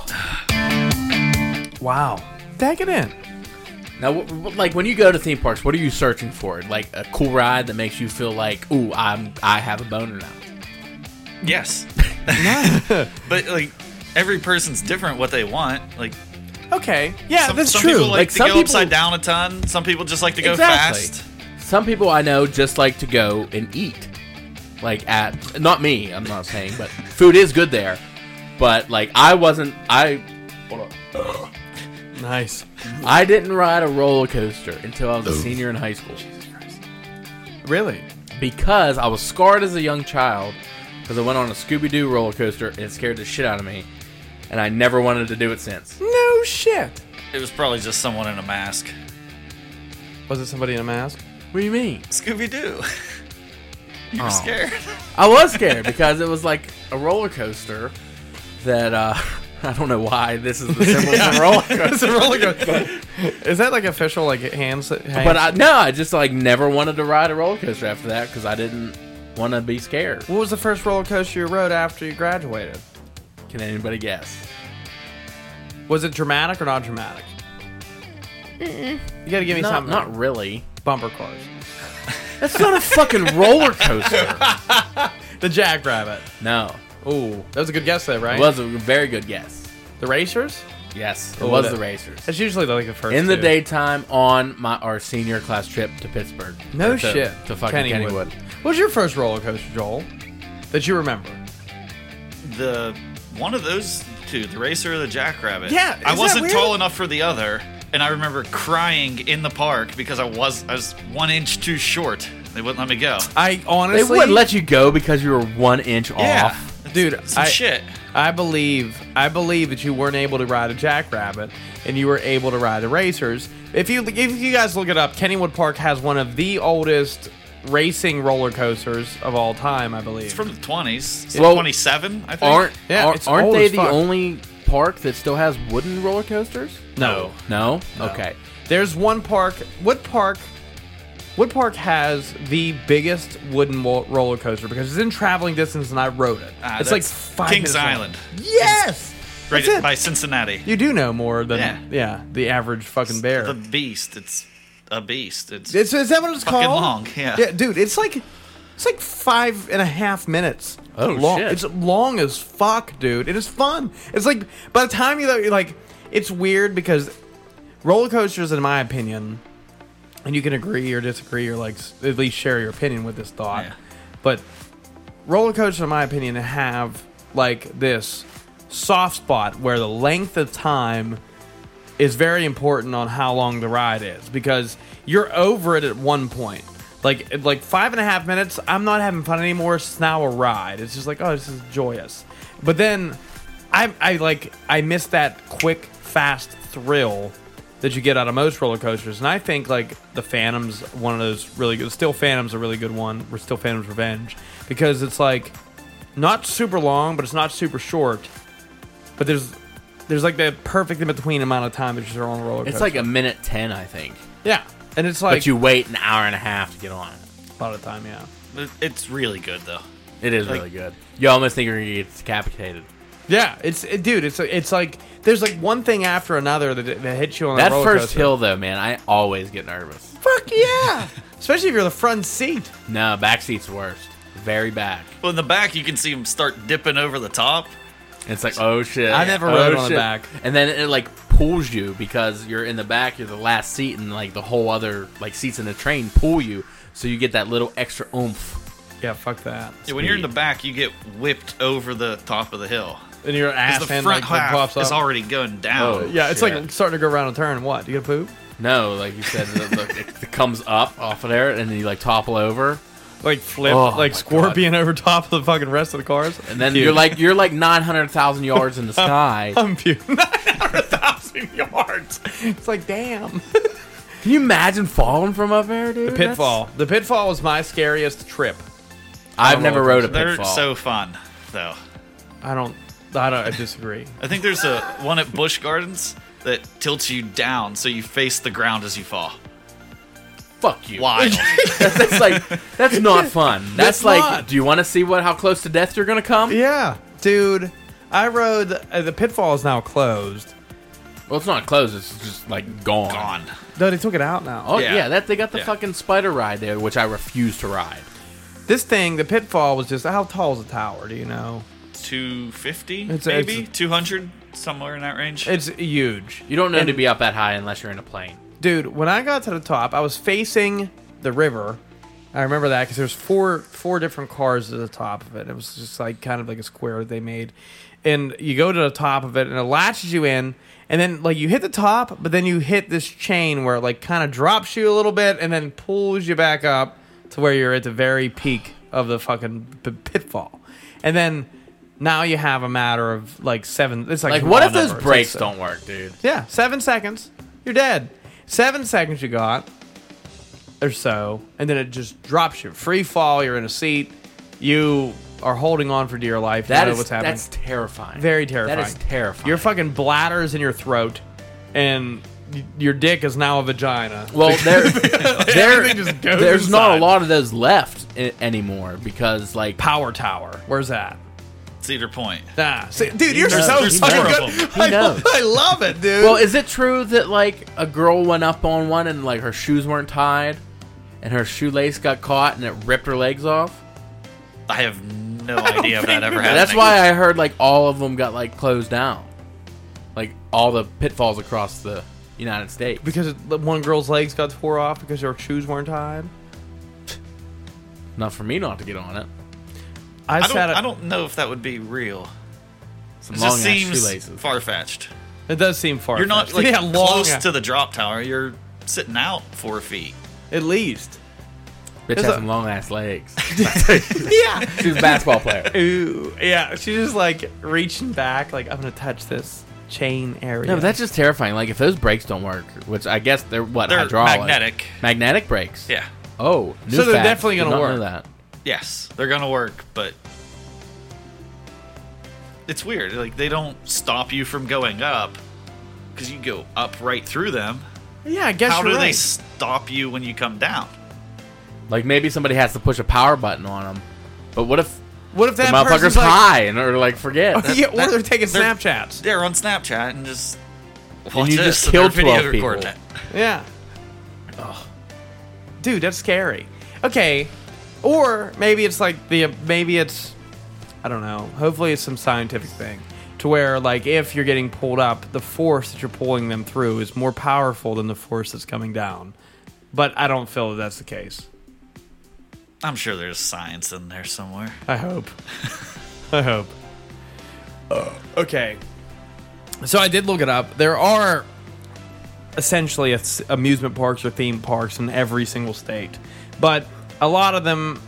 Wow, tag it in. Now, wh- wh- like when you go to theme parks, what are you searching for? Like a cool ride that makes you feel like, ooh, I'm I have a boner now. Yes. but like every person's different what they want. Like Okay, yeah, some, that's some true. people like, Like, to some go people- upside down a ton. Some people just like to go Exactly. fast. Some people I know just like to go and eat. Like at not me, I'm not saying, but food is good there. But like I wasn't I nice. I didn't ride a roller coaster until I was a senior in high school Really? because I was scarred as a young child because I went on a Scooby Doo roller coaster and it scared the shit out of me and I never wanted to do it since. No shit. It was probably just someone in a mask. Was it somebody in a mask? What do you mean? Scooby Doo. you were Aw. scared. I was scared because it was like a roller coaster that uh I don't know why this is the symbol of a roller coaster. It's a roller coaster. Is that like official like hands? But I no, I just like never wanted to ride a roller coaster after that because I didn't want to be scared. what was the first roller coaster you rode after you graduated? Can anybody guess? Was it dramatic or not dramatic? You gotta give me Not, something. not really. bumper cars. That's not a fucking roller coaster. The Jackrabbit. No, Ooh, that was a good guess though, right? it was a very good guess. the Racers? Yes, it Oh, was that- the racers. That's usually like the first In the two. daytime on my our senior class trip to Pittsburgh. No Or to- shit. To fucking Kennywood. What was your first roller coaster, Joel? That you remember? the one of those two, the racer or the jackrabbit. Yeah, I is that wasn't weird? tall enough for the other, and I remember crying in the park because I was I was one inch too short. They wouldn't let me go. I They honestly wouldn't let you go because you were one inch Yeah, off. dude. some I, shit. I believe I believe that you weren't able to ride a jackrabbit and you were able to ride the racers. If you if you guys look it up, Kennywood Park has one of the oldest racing roller coasters of all time, I believe. It's from the twenties. Well, Twenty-seven, I think. Aren't Yeah, aren't, it's aren't old they as the fuck. only park that still has wooden roller coasters? no. No. Okay. There's one park. What park? What park has the biggest wooden wo- roller coaster? Because it's in traveling distance, and I rode it. Ah, it's like that's five minutes Kings long. Island, Yes, right That's it. by Cincinnati. you do know more than Yeah. yeah, the average fucking bear. The beast. It's a beast. It's It's, is that what it's Fucking called? long, yeah. dude, it's like it's like five and a half minutes. Oh, long. shit. It's long as fuck, dude. It is fun. It's like by the time you you're like, it's weird because roller coasters, in my opinion, and you can agree or disagree or like s- at least share your opinion with this thought, Yeah. but roller coasters, in my opinion, have like this soft spot where the length of time is very important on how long the ride is because you're over it at one point. Like like five and a half minutes, I'm not having fun anymore. It's now a ride. It's just like oh, this is joyous. But then I I like I miss that quick, fast thrill that you get out of most roller coasters. And I think like the Phantoms, one of those really good. Still, Phantoms a really good one. We're still Phantoms Revenge because it's like not super long, but it's not super short. But there's there's like the perfect in between amount of time that you're on a roller coaster. It's like a minute ten, I think. yeah, and it's like but you wait an hour and a half to get on. a lot of time. Yeah, it's really good though. It is really good. You almost think you're gonna get decapitated. yeah. It's it, dude. It's it's like there's like one thing after another that, that hits you on That the roller first coaster. hill, though, man, I always get nervous. Fuck yeah! Especially if you're the front seat. No, back seat's worse. Very back. Well, in the back, you can see him start dipping over the top. It's like, oh shit. I never oh, rode on the shit. back. And then it like pulls you because you're in the back. You're the last seat, and like the whole other like seats in the train pull you, so you get that little extra oomph. Yeah, fuck that. Yeah, when you're in the back, you get whipped over the top of the hill. And your 'Cause ass the hand front like half pops is up. already going down. Oh. yeah, it's shit. like starting to go around a turn. What? You gonna poop? No, like you said, the, the, it comes up off of there, and then you like topple over, Like flip, Oh, like my scorpion over top of the fucking rest of the cars. and then you're like you're like nine hundred thousand yards in the sky. I'm puking. 900,000 yards. It's like, damn. Can you imagine falling from up there, dude? The pitfall. The pitfall was my scariest trip. That's- I've never Roller rode a They're pitfall. so fun, though. I don't. I don't. I disagree. I think there's a one at Bush Gardens that tilts you down so you face the ground as you fall. fuck you. Wild. that's, that's like that's not fun. That's, That's like, not. do you want to see what how close to death you're gonna come? yeah, dude. I rode. Uh, the pitfall is now closed. Well, it's not closed. It's just like gone. Gone. No, they took it out now. Oh yeah, Yeah. that they got the Yeah. fucking spider ride there, which I refuse to ride. This thing, the pitfall was just how tall is the tower? Do you know? 250, It's- maybe? it's- 200, somewhere in that range. It's huge, You don't need to be up that high unless you're in a plane. dude. When I got to the top, I was facing the river. I remember that because there's four four different cars at the top of it. It was just like kind of like a square that they made, and you go to the top of it, and it latches you in, and then like you hit the top, but then you hit this chain where it like kind of drops you a little bit, and then pulls you back up to where you're at the very peak of the fucking p- pitfall, and then now you have a matter of like seven. It's like Like, what raw if those numbers. brakes It's- don't work, dude? yeah, seven seconds. You're dead. Seven seconds you got, or so, and then it just drops you. Free fall. You're in a seat. You are holding on for dear life. you That know is what's happening. that's terrifying. Very terrifying. That is terrifying. Your fucking bladder is in your throat, and y- your dick is now a vagina. well, there, there, Everything just goes there's not a inside. lot of those left I- anymore because like Power tower. Where's that? Cedar Point. Nah, See, dude, you're knows. so He's fucking horrible. good. He knows. I, I love it, dude. Well, is it true that like a girl went up on one and like her shoes weren't tied, and her shoelace got caught and it ripped her legs off? I have no idea if that ever happened. That's why I heard like all of them got like closed down, like all the pitfalls across the United States. because the one girl's legs got tore off because her shoes weren't tied. Not for me not to get on it. I, I don't, sat. at- I don't know if that would be real. Some It long just ass seems shoelaces. far fetched. It does seem far. You're not like close to the drop tower. You're sitting out four feet. at least. Bitch There's has a- some long ass legs. Yeah. She's a basketball player. Ooh, yeah. She's just like reaching back, like I'm gonna touch this chain area. No, but that's just terrifying. Like if those brakes don't work, which I guess they're what They're hydraulic, magnetic. magnetic brakes. Yeah. Oh, new So they're fact. definitely Did gonna not work. Know that. Yes, they're gonna work, but it's weird. Like they don't stop you from going up because you go up right through them. yeah. I guess How you're do they right. stop you when you come down? Like maybe somebody has to push a power button on them. But what if what if the that motherfucker's person's like, high and or like forget? yeah, or That- they're taking they're- Snapchats. They're on Snapchat and just watch you this just and they're killed 12 video recording people. it. Yeah. Dude, that's scary. Okay. Or maybe it's like the maybe it's I don't know. Hopefully it's some scientific thing to where like if you're getting pulled up, the force that you're pulling them through is more powerful than the force that's coming down. But I don't feel that that's the case. I'm sure there's science in there somewhere. I hope. I hope. Uh, okay. So I did look it up. There are essentially as- amusement parks or theme parks in every single state, but a lot of them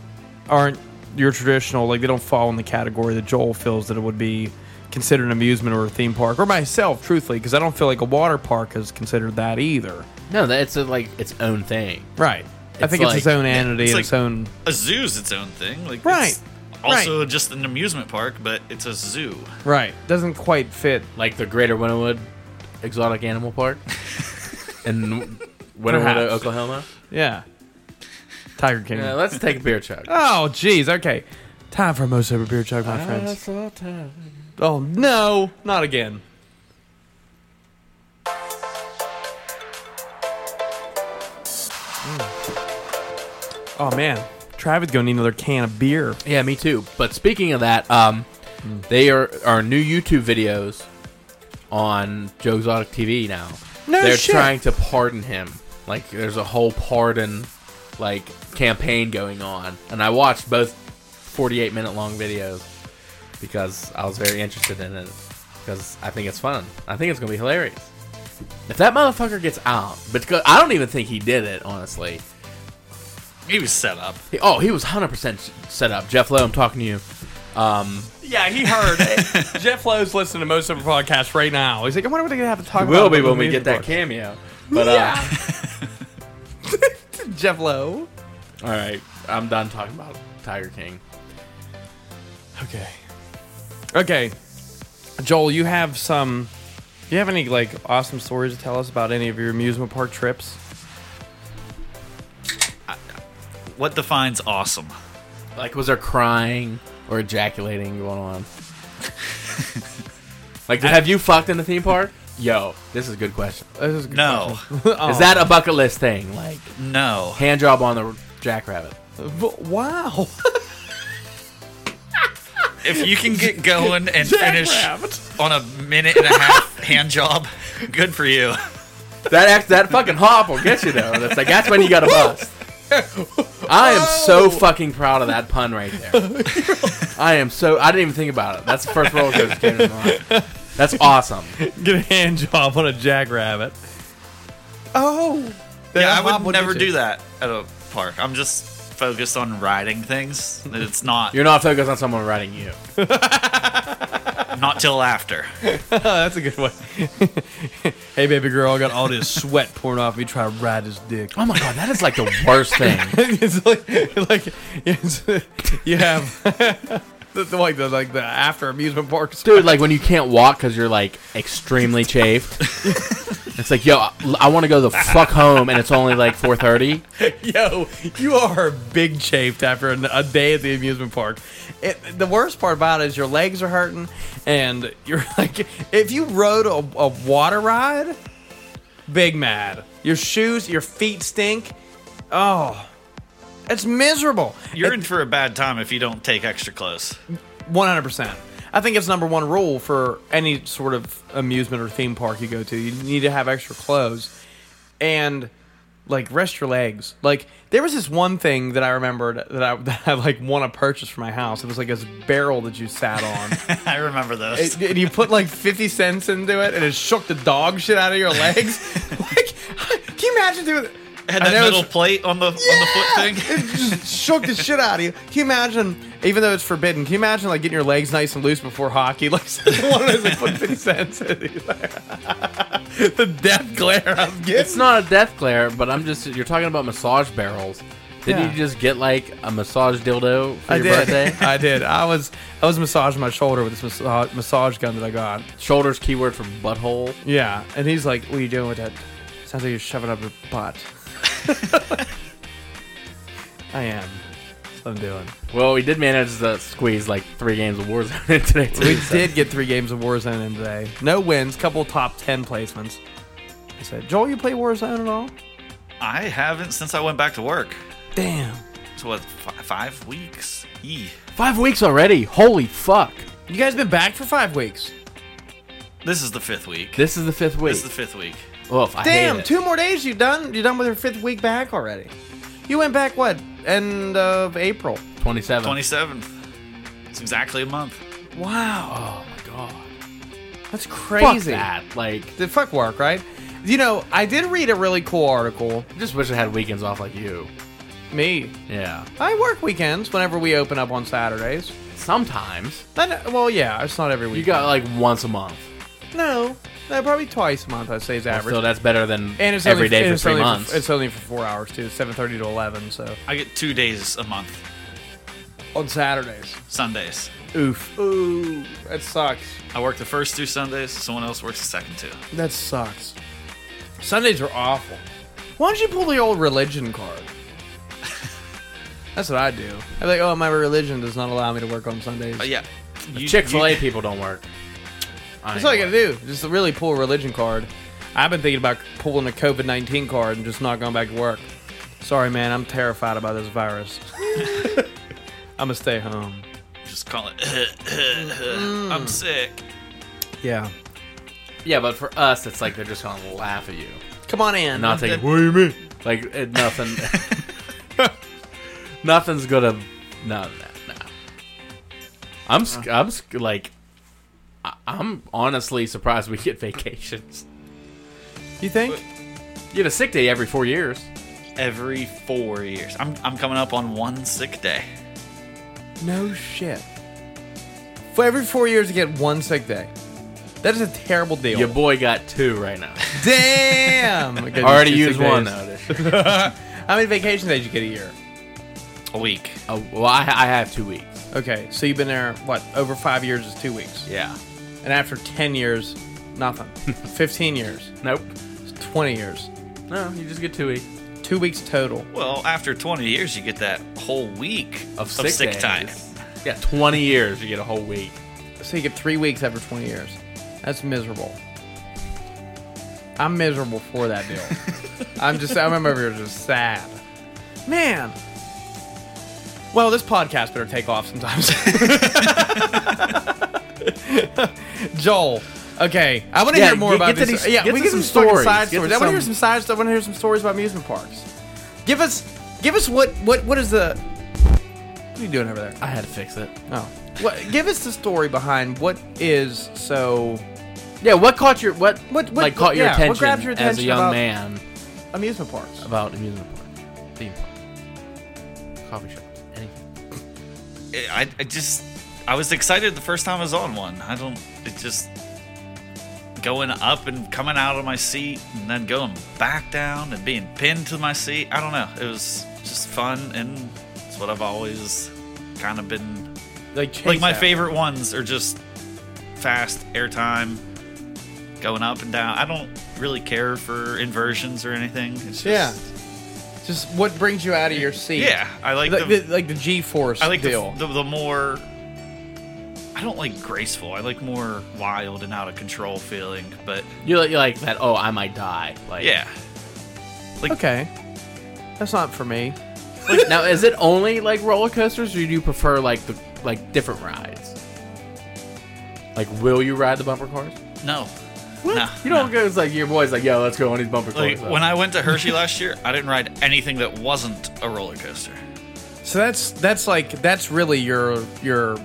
aren't your traditional. Like they don't fall in the category that Joel feels that it would be considered an amusement or a theme park, or myself, truthfully, because I don't feel like a water park is considered that either. No, that it's a, like its own thing. Right. I It's think it's its like- own entity, it's and like- its own A zoo's its own thing. Like Right, It's also just an amusement park, but it's a zoo. right. Doesn't quite fit Like the Greater Winwood Exotic Animal Park in Winwood, Perhaps. Oklahoma. Yeah. Tiger King. Yeah, let's take a beer chug. oh, jeez. Okay. Time for a most sober beer chug, my friends. Oh, no. Not again. Mm. Oh, man. Travis going to need another can of beer. Yeah, me too. But speaking of that, um, they are are new YouTube videos on Joe Exotic TV now. No They're shit. trying to pardon him. Like there's a whole pardon like campaign going on, and I watched both 48 minute long videos because I was very interested in it because I think it's fun. I think it's gonna be hilarious. If that motherfucker gets out, because I don't even think he did it, honestly. He was set up. He- oh, he was 100% set up. Jeff Lowe, I'm talking to you. Um, Yeah, he heard. Jeff Lowe's listening to most of our podcast right now. He's like, I wonder what they're gonna have to talk it about. will be with when we the get music that cameo. But, uh, board." Jeff Lowe. all right, I'm done talking about Tiger King. Okay. Okay. Joel, you have some. Do you have any like awesome stories to tell us about any of your amusement park trips? What defines awesome? Like, was there crying or ejaculating going on? like, have you fucked in the theme park? Yo, this is a good question. This is a good No, Oh. Is that a bucket list thing? Like, no. hand job on the jackrabbit. question. But- Wow. If you can get going and finish on a minute and a half hand job, good for you. That act, that fucking hop will get you though. That's like that's when you got to bust. I am so fucking proud of that pun right there. I am so I didn't even think about it. That's the first roller coaster that came to mind. That's awesome. Get a hand job on a jackrabbit. Oh. Yeah, I would never do that at a park. I'm just focused on riding things. It's not You're not focused on someone riding you. not till after. Oh, that's a good one. hey, baby girl, I got all this sweat pouring off me trying to ride this dick. Oh my god, that is like the worst thing. it's like, like it's, you have the, the- like the like the after amusement parks. Dude, like when you can't walk because you're like extremely chafed. It's like, yo, I want to go the fuck home, and it's only like 4:30. Yo, you are big chafed after an, a day at the amusement park. It, the worst part about it is your legs are hurting, and you're like, if you rode a, a water ride, big mad. Your shoes, your feet stink. Oh, it's miserable. You're in for a bad time if you don't take extra clothes. One hundred percent. I think it's number one rule for any sort of amusement or theme park you go to. You need to have extra clothes and like rest your legs. Like there was this one thing that I remembered that I, that I like want to purchase for my house. It was like this barrel that you sat on, I remember those. and, and you put like fifty cents into it, and it shook the dog shit out of your legs. like, can you imagine doing? Had I that know little it's- plate on the on the foot thing. it just shook the shit out of you. Can you imagine, even though it's forbidden, can you imagine like getting your legs nice and loose before hockey? Like one of those like put 50 cents in it. The death glare I'm getting. It's not a death glare, but I'm just you're talking about massage barrels. Didn't Yeah. you just get like a massage dildo for I your did. birthday? I did. I was I was massaging my shoulder with this massage, massage gun that I got. Shoulders keyword for butthole. Yeah, and he's like, "What are you doing with that? Sounds like you're shoving up your butt." I am. That's what I'm doing. Well, we did manage to squeeze like three games of Warzone in today. Too, We so. did get three games of Warzone in today. No wins, couple top ten placements. I said, Joel, you play Warzone at all? I haven't since I went back to work. Damn. So what? Five, five weeks? Eee. Five weeks already. Holy fuck! You guys been back for five weeks. This is the fifth week. This is the fifth week. This is the fifth week. Oof, I Damn, hate it. two more days you done you done with your fifth week back already. You went back what? End of April. Twenty-seven. Twenty seventh. It's exactly a month. Wow. Oh my god. That's Fuck crazy. that. Like, The fuck work, right? You know, I did read a really cool article. I just wish I had weekends off like you. Me. Yeah. I work weekends whenever we open up on Saturdays. Sometimes I know- well, yeah, it's not every you week. got like once a month. no, no, probably twice a month. I'd say is average. So that's better than And it's every only, day and for it's three only months. it's only for four hours too. Seven thirty to eleven. So I get two days a month. on Saturdays. Sundays. Oof. Ooh, that sucks. I work the first two Sundays. Someone else works the second two. That sucks. Sundays are awful. Why don't you pull the old religion card? That's what I do. I'm like, oh, my religion does not allow me to work on Oh, Sundays. But yeah, you- Chick Fil A you- people don't work. I That's ain't all I gotta working. do. Just really pull a religion card. I've been thinking about pulling a COVID nineteen card and just not going back to work. Sorry, man. I'm terrified about this virus. I'm gonna stay home. Just call it. I'm sick. Yeah. Yeah, but for us, it's like they're just gonna laugh at you, Come on in. not think, "What do you mean?" Like it, nothing. nothing's gonna. No, no, no. I'm, sc- I'm sc- like, I- I'm honestly surprised we get vacations. You think? You have a sick day every four years. every four years. I'm, I'm coming up on one sick day. No shit. For every four years, you get one sick day. That is a terrible deal. Your boy got two right now. Damn. I Already used one though. though. How many vacation days you get a year? A week. Oh, well, I, I have two weeks. Okay, so you've been there what over five years is two weeks, Yeah. and after ten years, nothing. Fifteen years, Nope. twenty years, No, you just get two weeks. two weeks total. Well, after 20 years, you get that whole week of sick, days. time. Yeah, 20 years you get a whole week. So you get three weeks after twenty years. That's miserable. I'm miserable for that deal. I'm just I'm over here just sad, man. Well, this podcast better take off sometimes. Joel. Okay, I want to Yeah, hear more get- about get to this. these- yeah, get we to get some some, fucking stories. Side Get to stories. I want to hear some- some side stuff. I want to hear some stories about amusement parks. Give us, give us what what what is the? What are you doing over there? I had to fix it. Oh, what, give us the story behind what is so Yeah, what caught your what What- what, what- like caught your, yeah, what attention grabbed your as a attention young about- man amusement parks? about amusement park, theme park, coffee shop, anything? I, I just, I was excited the first time I was on one. I don't, it just going up and coming out of my seat and then going back down and being pinned to my seat. I don't know. It was just fun and it's what I've always kind of been Like, chase like my that. favorite ones are just fast airtime going up and down i don't really care for inversions or anything it's just Yeah. Just what brings you out of your seat? yeah i like, Like the, the, like the G-force i like the, deal. the, the more i don't like graceful i like more wild and out of control feeling but You like you like that? Oh, I might die. Like yeah okay, that's not for me. now, is it only like roller coasters, or do you prefer like the like different rides? Like, will you ride the bumper cars? no no You don't no. go. It's like your boy's like, yo, let's go on these bumper like cars. when i went to hershey last year i didn't ride anything that wasn't a roller coaster So that's that's like that's really your your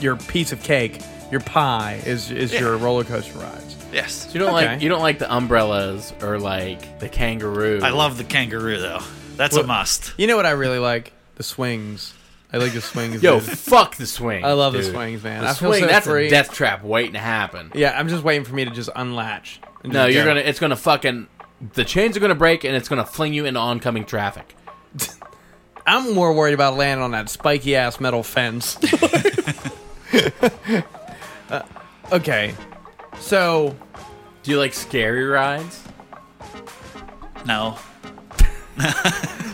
your piece of cake, your pie is is Yeah. your roller coaster rides. yes you don't like Okay. you don't like the umbrellas or like the kangaroo. i love the kangaroo though that's a must You know what I really like? The swings. I like the swings. Yo, dude. fuck the swing. I love the dude. swings, man. The I feel swing, so that's free. a death trap waiting to happen. Yeah, I'm just waiting for me to just unlatch. and No, just you're go. gonna. It's gonna fucking. The chains are gonna break, and it's gonna fling you into oncoming traffic. I'm more worried about landing on that spiky ass metal fence. Uh, okay, so Do you like scary rides? no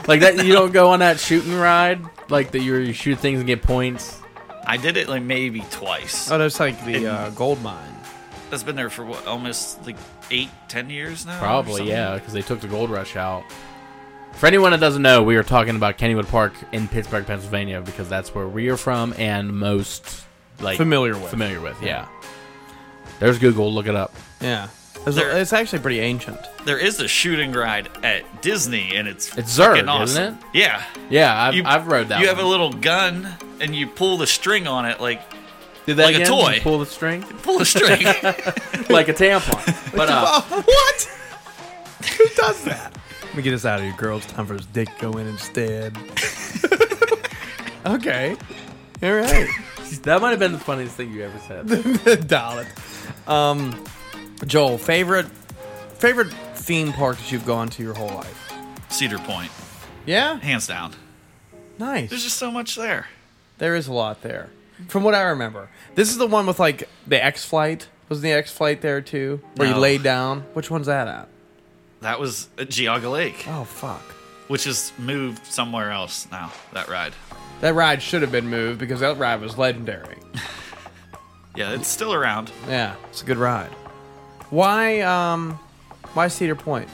Like that? You don't go on that shooting ride, like that. You you shoot things and get points. I did it like maybe twice. oh, that's like the uh, gold mine. That's been there for what, almost like eight, ten years now. or Probably, something? yeah, because they took the gold rush out. For anyone that doesn't know, we are talking about Kennywood Park in Pittsburgh, Pennsylvania, because that's where we are from and most like Familiar with. Familiar with, yeah. There's Google. Look it up. Yeah, it's, There- it's actually pretty ancient. There is a shooting ride at Disney, and it's It's Zurg, fucking awesome. isn't it? Yeah, Yeah, I've, You- I've rode that. You one. have a little gun, and you pull the string on it, like Did that like a again? toy. You Pull the string pull the string. like a tampon. But uh, what? Who does that? Let me get this out of here, girls. Time for his dick to go in instead. okay, all right. that might have been the funniest thing you ever said. Dollar. Um, Joel, favorite favorite theme park that you've gone to your whole life? Cedar Point, Yeah, hands down. There's nice. just so much there. There is a lot there, from what I remember. This is the one with like the X flight. Was the X flight there too, where you No. laid down? Which one's that at? That was at Geauga Lake, Oh fuck! which is moved somewhere else now. That ride. That ride should have been moved because that ride was legendary. Yeah, it's still around. Yeah, it's a good ride. Why um, why Cedar Point?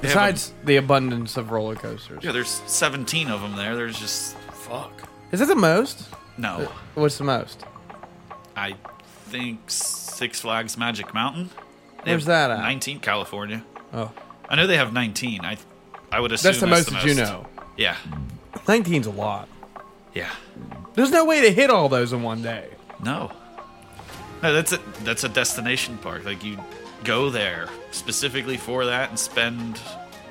They have a- Besides the abundance of roller coasters, yeah, there's 17 of them there. There's just fuck. is that the most? No, What's the most? I think Six Flags Magic Mountain. They Where's have that at? 19 California. Oh. I know they have 19. I I would assume That's the most that you know. Yeah. 19's a lot. Yeah. There's no way to hit all those in one day. No. No, that's a that's a destination park. Like you go there specifically for that and spend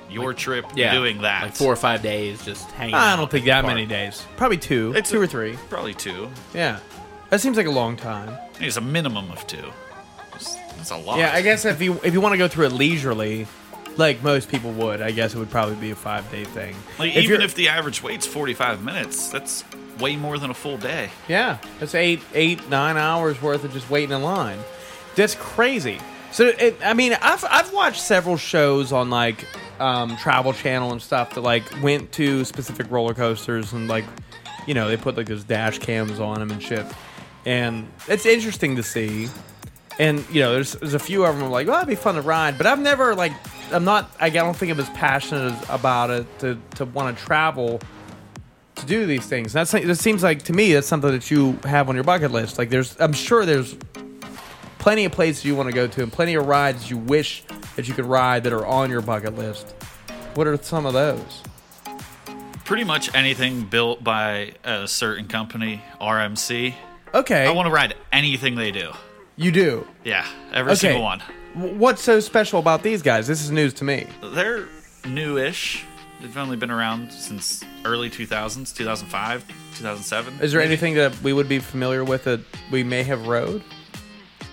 your trip Yeah, doing that. like four or five days, just hanging. I out don't at think the that park. many days. Probably two. It's two a- or three. Probably two. Yeah. That seems like a long time. I think It's a minimum of two. It's- That's a lot. Yeah, I guess if you if you want to go through it leisurely, like most people would, I guess it would probably be a five day thing. Like, If even you're- if the average wait's 45 minutes, that's way more than a full day. Yeah, that's eight, eight, nine hours worth of just waiting in line. That's crazy. So, it, I mean, I've I've watched several shows on like um, Travel Channel and stuff that like went to specific roller coasters and like, you know, they put like those dash cams on them and shit. And it's interesting to see. And you know, there's there's a few of them I'm like, well, that'd be fun to ride. But I've never like, I'm not. I don't think I'm as passionate as, about it to to want to travel to do these things. That's that seems like to me that's something that you have on your bucket list. Like there's, I'm sure there's plenty of places you want to go to and plenty of rides you wish that you could ride that are on your bucket list. What are some of those? Pretty much anything built by a certain company, RMC. Okay, I want to ride anything they do. you do. Yeah, every Okay. single one. W- What's so special about these guys? This is news to me. They're newish. They've only been around since early 2000s, 2005, 2007. Is there anything that we would be familiar with that we may have rode?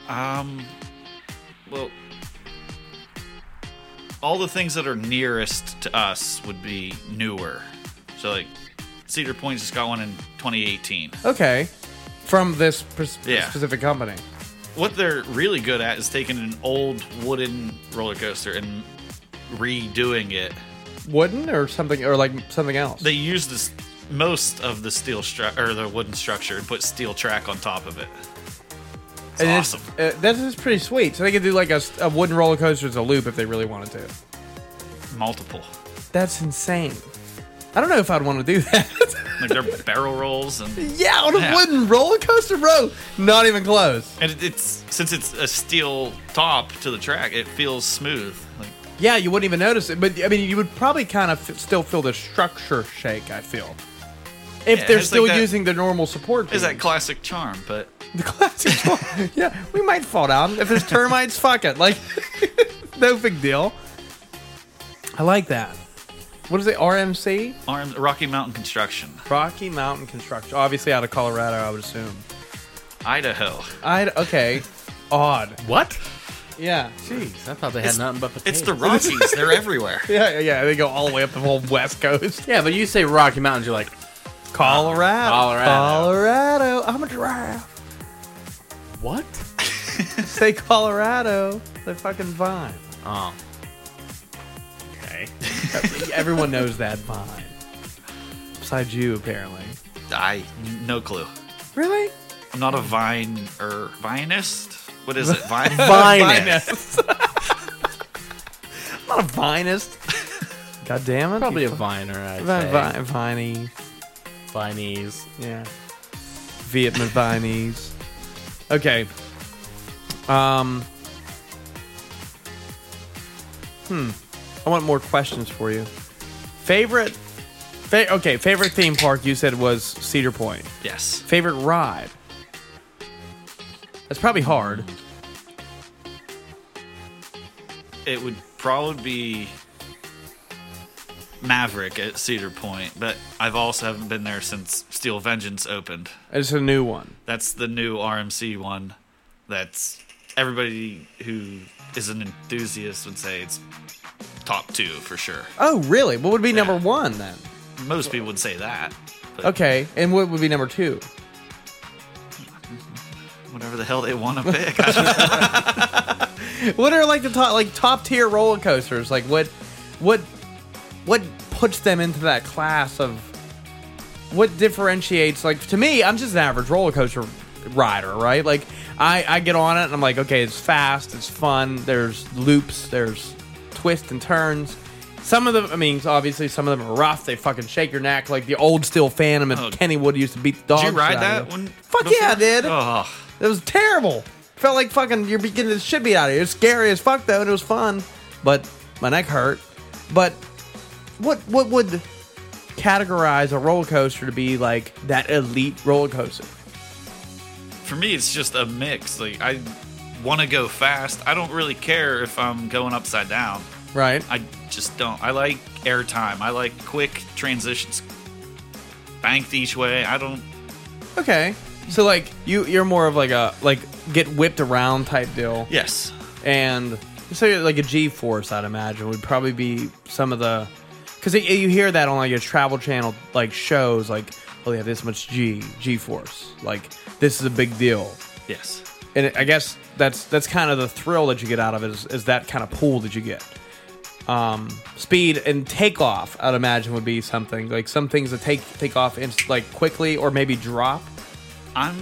Um, well, all the things that are nearest to us would be newer. So, like, Cedar Point's just got one in 2018. Okay, from this pers- Yeah. specific company. What they're really good at is taking an old wooden roller coaster and redoing it. Wooden or something, or like something else. They use this most of the steel stru- or the wooden structure and put steel track on top of it. It's And awesome. It's, uh, this is pretty sweet. So they could do like a, s- a wooden roller coaster as a loop if they really wanted to. Multiple. That's insane. I don't know if I'd want to do that. Like they're barrel rolls and yeah, on a Yeah. wooden roller coaster, bro. Not even close. and it, it's since it's a steel top to the track, it feels smooth. Like Yeah, you wouldn't even notice it. But I mean, you would probably kind of f- still feel the structure shake. I feel if Yeah, they're it's like still that- using the normal support. is that beams. classic charm? But the classic? one. yeah, we might fall down if there's termites. fuck it, like no big deal. I like that. What is it? RMC. arm Rocky Mountain Construction, Rocky Mountain Construction, obviously out of Colorado, I would assume. Idaho. I okay, odd. What? Yeah, Jeez, I thought they had nothing but potatoes. It's the Rockies. They're everywhere. yeah, yeah, yeah. They go all the way up the whole West Coast, yeah, but you say Rocky Mountains, you're like, Colorado, Colorado. Colorado. I'm a giraffe. what? Say Colorado, the fucking vine. Oh. Okay. Everyone knows that vine. Besides you, apparently. I no clue. Really? I'm not a vine or vinist. What is it? Vine. Finest. I'm not a vinist. God damn it. Probably you a viner, I'd fucking say. vine, viney. Viney's. Yeah. Vietnam Vinese. Okay. Um. Hmm. I want more questions for you. Favorite. Fa- okay, favorite theme park you said was Cedar Point. Yes. Favorite ride. That's probably hard. It would probably be Maverick at Cedar Point, but I've also haven't been there since Steel Vengeance opened. It's a new one. That's the new RMC one. That's everybody who is an enthusiast would say it's top two for sure. Oh, really? What would be number one then? Most people would say that. But Okay, and what would be number two? Whatever the hell they want to pick. I don't- What are like the top like top tier roller coasters? Like what what what puts them into that class of what differentiates like to me, I'm just an average roller coaster rider, right? Like I, I get on it and I'm like, okay, it's fast, it's fun, there's loops, there's twists and turns. Some of them, I mean, obviously, some of them are rough. They fucking shake your neck like the old steel Phantom and Oh. Kennywood used to beat the dog. Did you ride that one? one? Fuck yeah, I did. Oh, It was terrible. Felt like fucking you're getting the shit beat out of you. It was scary as fuck though, and it was fun. But my neck hurt. But what what would categorize a roller coaster to be like that elite roller coaster? for me, it's just a mix. Like I want to go fast. I don't really care if I'm going upside down. Right. I just don't. I like airtime. I like quick transitions, banked each way. I don't. Okay. So like you you're more of like a like get whipped around type deal. Yes. and so like a G Force, I'd imagine would probably be some of the because you hear that on like your Travel Channel like shows, like oh yeah, this much G G Force, like this is a big deal, Yes. and it, I guess that's that's kind of the thrill that you get out of it is, is that kind of pull that you get. Um, speed and takeoff, I'd imagine would be something like some things that take take off inst- like quickly or maybe drop. I'm.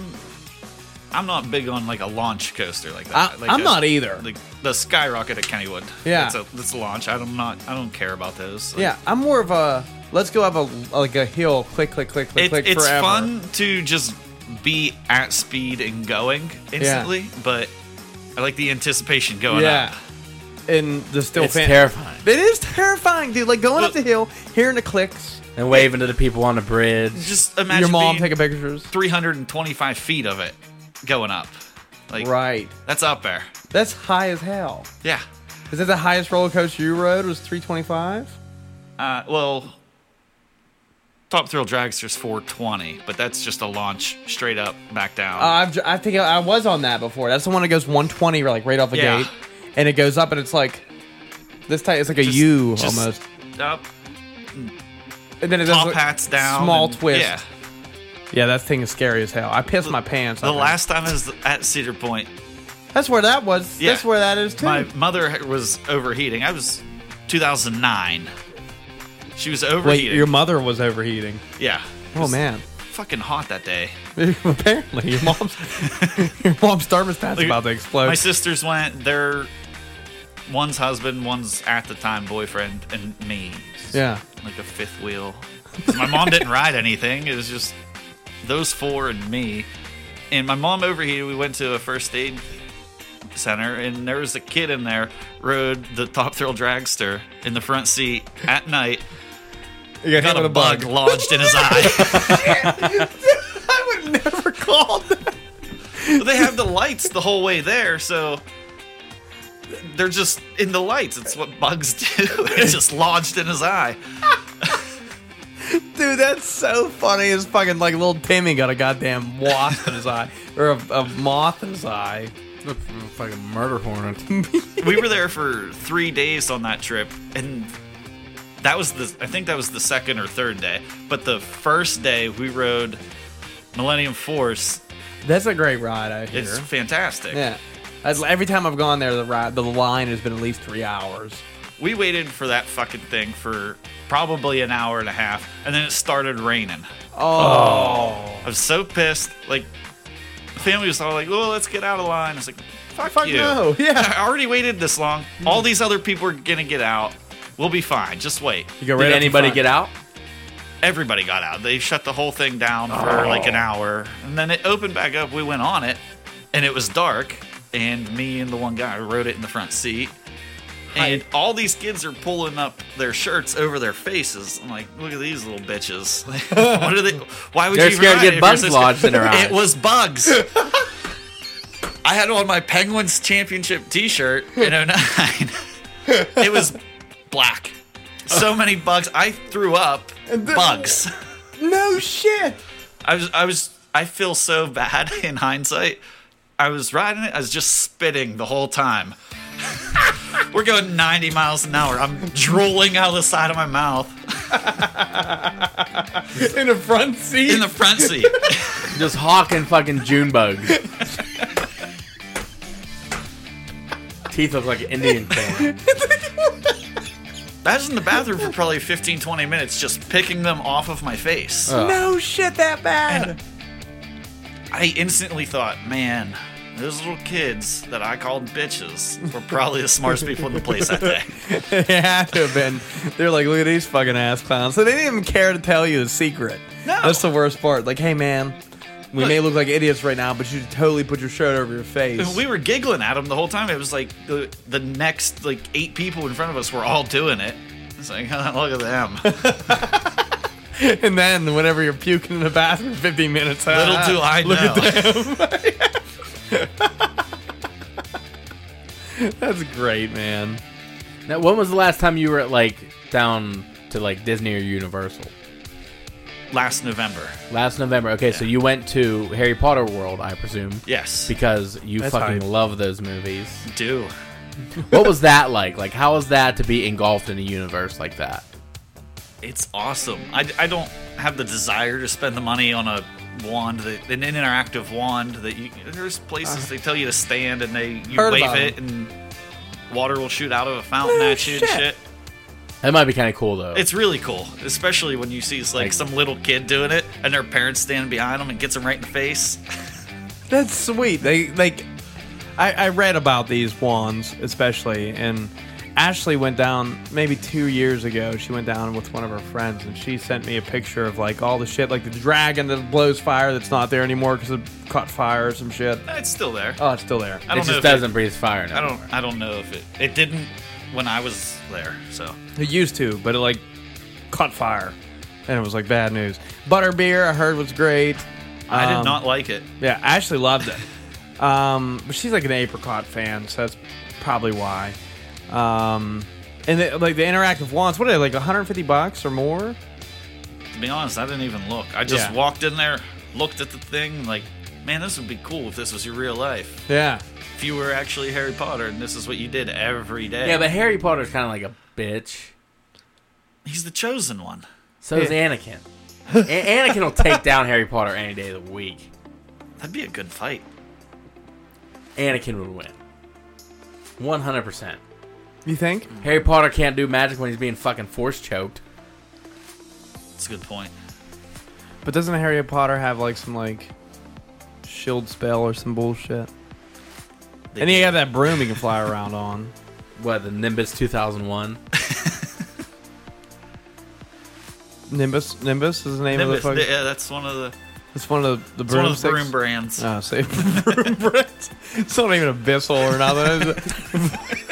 I'm not big on like a launch coaster like I, that. Like I'm a- not either. Like the skyrocket at Kennywood. Yeah. That's a that's a launch. I don't not. I don't care about those. Like, yeah, I'm more of a let's go have a like a hill click click click click It, click it's forever. fun to just be at speed and going instantly, but I like the anticipation going Yeah. up. And the still It's fan- terrifying. It is terrifying, dude. Like going up Look- the hill, hearing the clicks, And waving to the people on the bridge. Just imagine your mom being taking pictures. 325 feet of it going up. Like Right. that's up there. That's high as hell. Yeah. Is that the highest roller coaster you rode? Was 325? Uh, well, Top Thrill Dragster's 420, but that's just a launch straight up, back down. Uh, I've, j- I think I I was on that before. That's the one that goes 120, like right off the Yeah. gate, and it goes up, and it's like this type. It's like a U Just- just almost, up, and then it does top like hats down. small and- twist. Yeah. Yeah, that thing is scary as hell. I pissed my pants. I The think. last time I was at Cedar Point, That's where that was. Yeah. That's where that is too. my mother was overheating. I was 2009. She was Wait, overheating. your mother was overheating. yeah. It Oh was man. Fucking hot that day. Apparently, your mom's your mom's thermostat's Like, about to explode. My sisters went. Their one's husband, one's at the time boyfriend, and me. yeah, Like a fifth wheel. 'Cause My mom didn't ride anything. It was just those four and me. And my mom overheated. We went to a first aid center, and there was a kid in there rode the Top Thrill Dragster in the front seat at night. you Got a bug lodged in his eye. I would never call that. But they have the lights the whole way there, so they're just in the lights. It's what bugs do. It's just lodged in his eye. dude. That's so funny. It's fucking like little Timmy got a goddamn wasp in his eye or a, a moth in his eye. a fucking murder hornet. We were there for three days on that trip, and that was the I think that was the second or third day. But the first day we rode Millennium Force. That's a great ride. I hear. It's fantastic. yeah. That's- every time I've gone there, the ride, the line has been at least three hours. We waited for that fucking thing for probably an hour and a half, and then it started raining. Oh, I was so pissed. Like, the family was all like, "Well, let's get out of line." I was like, "Fuck, fuck you! no. Yeah. I already waited this long. Hmm. All these other people are gonna get out. We'll be fine. Just wait." You go Did anybody get out? Everybody got out. They shut the whole thing down Oh. for like an hour, and then it opened back up. We went on it, and it was dark. And me and the one guy rode it in the front seat. And all these kids are pulling up their shirts over their faces. I'm like, look at these little bitches. Like, what are they? Why would They're you even scared to ride get it if you're bugs so scared? lodged in their eyes. It was bugs. I had on my Penguins championship T-shirt in 09. it was black. So many bugs. I threw up bugs. No shit. I was I was I feel so bad in hindsight. I was riding it, I was just spitting the whole time. We're going 90 miles an hour. I'm drooling out of the side of my mouth In the front seat. in the front seat. Just hawking fucking June bugs. Teeth look like Indian corn. I was in the bathroom for probably 15, 20 minutes just picking them off of my face. no shit that bad. I instantly thought, man, those little kids that I called bitches were probably the smartest people in the place that day. it had to have been. They're like, look at these fucking ass clowns. So they didn't even care to tell you the secret. No. That's the worst part. Like, hey man, we may look like idiots right now, but you should totally put your shirt over your face. And we were giggling at him the whole time. It was like the, the next like eight people in front of us were all doing it. It's like look at them. and then whenever you're puking in the bathroom 15 minutes Little do I know. That's great, man. Now, when was the last time you were at like down to like Disney or Universal? Last November. Last November. Okay, so you went to Harry Potter World, I presume, Yes. because you That's fucking hype. love those movies. do. what was that like? Like, how was that to be engulfed in a universe like that? It's awesome. I, I don't have the desire to spend the money on a wand, that, an interactive wand that you. There's places they tell you to stand and they you Heard wave about Ah. it and water will shoot out of a fountain at you and shit. That might be kind of cool though. It's really cool, especially when you see like, Like- some little kid doing it and their parents standing behind them and gets them right in the face. That's sweet. They like I, I read about these wands especially and Ashley went down maybe two years ago. She went down with one of her friends, and she sent me a picture of like all the shit, like the dragon that blows fire that's not there anymore because it caught fire or some shit. Eh, It's still there. Oh, it's still there. I it don't know. just if it- doesn't breathe fire. Now. I don't. I don't know if it. It didn't when I was there. So It used to, but it like caught fire, and it was like bad news. Butterbeer, I heard was great. I Um, did not like it. Yeah, Ashley loved it. um, but she's like an apricot fan, so that's probably why. Um, and the, like the interactive wands, what are they like 150 bucks or more? To be honest, I didn't even look. I just Yeah. walked in there, looked at the thing, like, man, this would be cool if this was your real life. Yeah, If you were actually Harry Potter and this is what you did every day. Yeah, but Harry Potter's kind of like a bitch. he's the chosen one. So is Anakin. A- Anakin will take down Harry Potter any day of the week. That'd be a good fight. Anakin would win. One hundred percent. you think? Hmm. Harry Potter can't do magic when he's being fucking force choked. That's a good point. But doesn't Harry Potter have like some like shield spell or some bullshit? They And you do. got that broom you can fly around on. What the Nimbus two thousand one? Nimbus, Nimbus is the name Nimbus, of the. Fucking, yeah, that's one of the it's one of the, the it's one of the broomsticks. broom brands. Oh, see, broom brands. It's not even a bissel or nothing.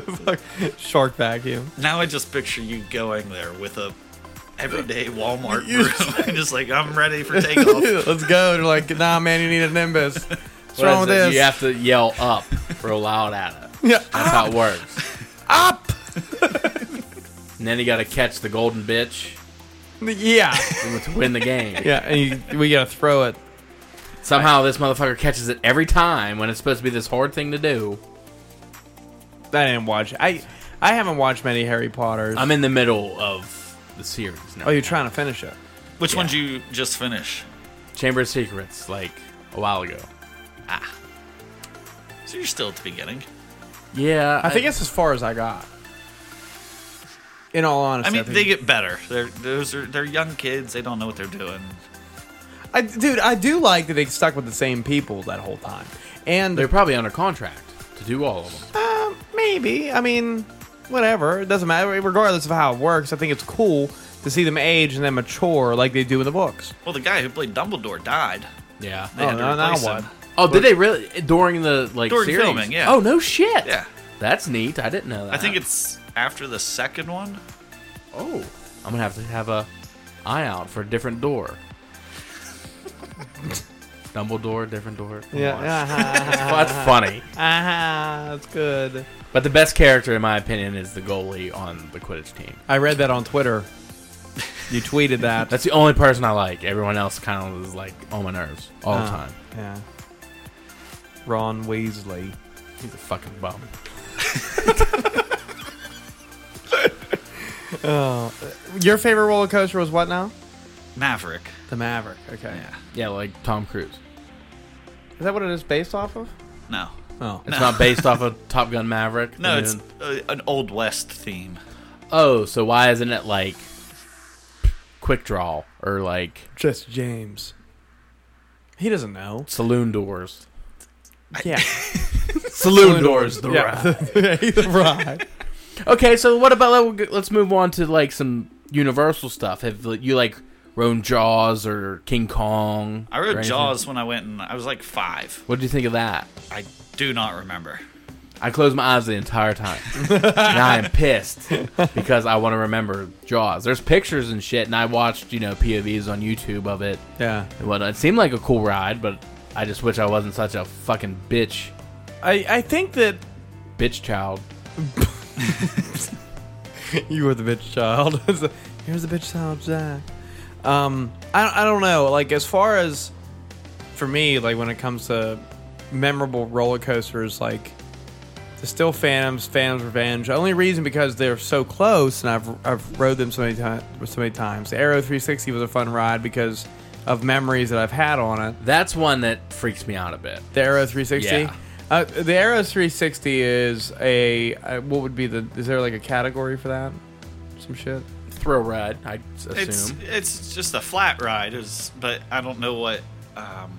Fuck, Shark vacuum. Now I just picture you going there with a everyday Walmart broom, and just like I'm ready for takeoff. Let's go. They're like, nah, man, you need a Nimbus. What's wrong with this? You have to yell up real loud at it. Yeah. Ah, That's how it works. Up. And then you got to catch the golden bitch Yeah. to win the game. Yeah. And you, we gotta throw it. Somehow this motherfucker catches it every time when it's supposed to be this hard thing to do. I didn't watch. I I haven't watched many Harry Potters. I'm in the middle of the series now. oh, you're trying to finish it. Which one did you just finish? Chamber of Secrets like a while ago. So you're still at the beginning. Yeah, I think it's as far as I got. In all I honesty, mean, think- they get better. They're those are they're young kids. They don't know what they're doing. I, dude, I do like that they stuck with the same people that whole time, and they're probably under contract to do all of them. Uh, maybe. I mean, whatever. It doesn't matter. Regardless of how it works, I think it's cool to see them age and then mature like they do in the books. Well, the guy who played Dumbledore died. Yeah. They had to no, now replace what? him. Oh, did they really during the like During series? filming, yeah. Oh no shit. Yeah. That's neat. I didn't know that. I think it's after the second one. Oh, I'm gonna have to have a eye out for a different door. Dumbledore, different door. Come on. Yeah. That's funny. Uh-huh. uh-huh. That's good. But the best character, in my opinion, is the goalie on the Quidditch team. I read that on Twitter. You tweeted that. That's the only person I like. Everyone else kind of is like on my nerves all Uh-huh. the time. Yeah. Ron Weasley. He's a fucking bum. Your favorite roller coaster was what now? Maverick. The Maverick. Okay. Yeah. Yeah, like Tom Cruise. Is that what it is based off of? No. Oh. It's not based off of Top Gun Maverick. No, the it's new- uh, an old west theme. oh, so why isn't it like Quick Draw or like Just James. He doesn't know. Saloon Doors? Yeah. Saloon Doors, the yeah. the ride. Okay, so what about let- let's move on to like some Universal stuff? Have like, you like rode Jaws or King Kong? I or read anything? Jaws when I went, and I was like five. What did you think of that? I do not remember. I closed my eyes the entire time, and I am pissed because I want to remember Jaws. There's pictures and shit, and I watched you know POVs on YouTube of it Yeah. and whatnot. It seemed like a cool ride, but I just wish I wasn't such a fucking bitch, I, I think that bitch child. you were the bitch child. It's the- Here's the bitch child, Zach. Um, I, I don't know. Like, as far as for me, like, when it comes to memorable roller coasters, like, the Still Phantoms, Phantoms Revenge, only reason because they're so close and I've, I've rode them so many, times. so many times. The Aero 360 was a fun ride because of memories that I've had on it. That's one that freaks me out a bit. The Arrow 360. Yeah. Uh, the Arrow 360 is a uh, what would be the is there like a category for that? Some shit. Thrill ride, I assume. It's it's just a flat ride, is but I don't know what um,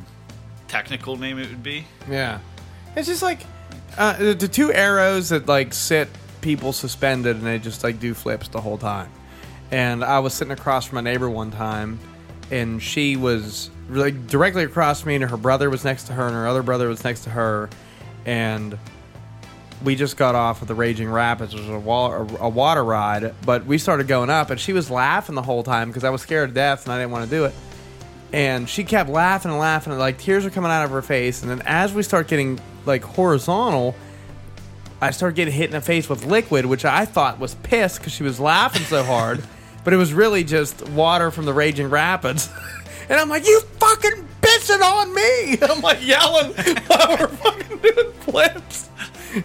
technical name it would be. Yeah. It's just like uh, the, the two arrows that like sit people suspended and they just like do flips the whole time. And I was sitting across from my neighbor one time and she was like directly across from me and her brother was next to her and her other brother was next to her and we just got off of the Raging Rapids, which was a, wa- a, a water ride, but we started going up, and she was laughing the whole time because I was scared to death and I didn't want to do it. And she kept laughing and laughing, and like tears were coming out of her face. And then as we start getting like horizontal, I started getting hit in the face with liquid, which I thought was piss because she was laughing so hard, but it was really just water from the Raging Rapids. and I'm like, "You fucking pissing on me!" I'm like yelling while we're fucking doing flips.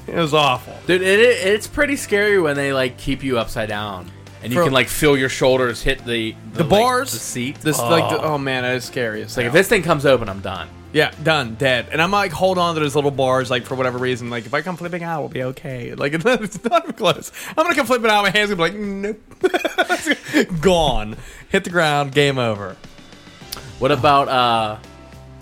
It was awful. Dude, it, it, it's pretty scary when they like keep you upside down, and you Bro. can like feel your shoulders hit the the like, bars, the seat. This oh. like, the, oh man, that is scary. It's like if this thing comes open, I'm done. yeah, done, dead. And I'm like, hold on to those little bars, like for whatever reason. Like if I come flipping out, we'll be okay. Like it's not even close. I'm gonna come flipping out. My hands gonna be like, nope, gone. Hit the ground. Game over. What about uh,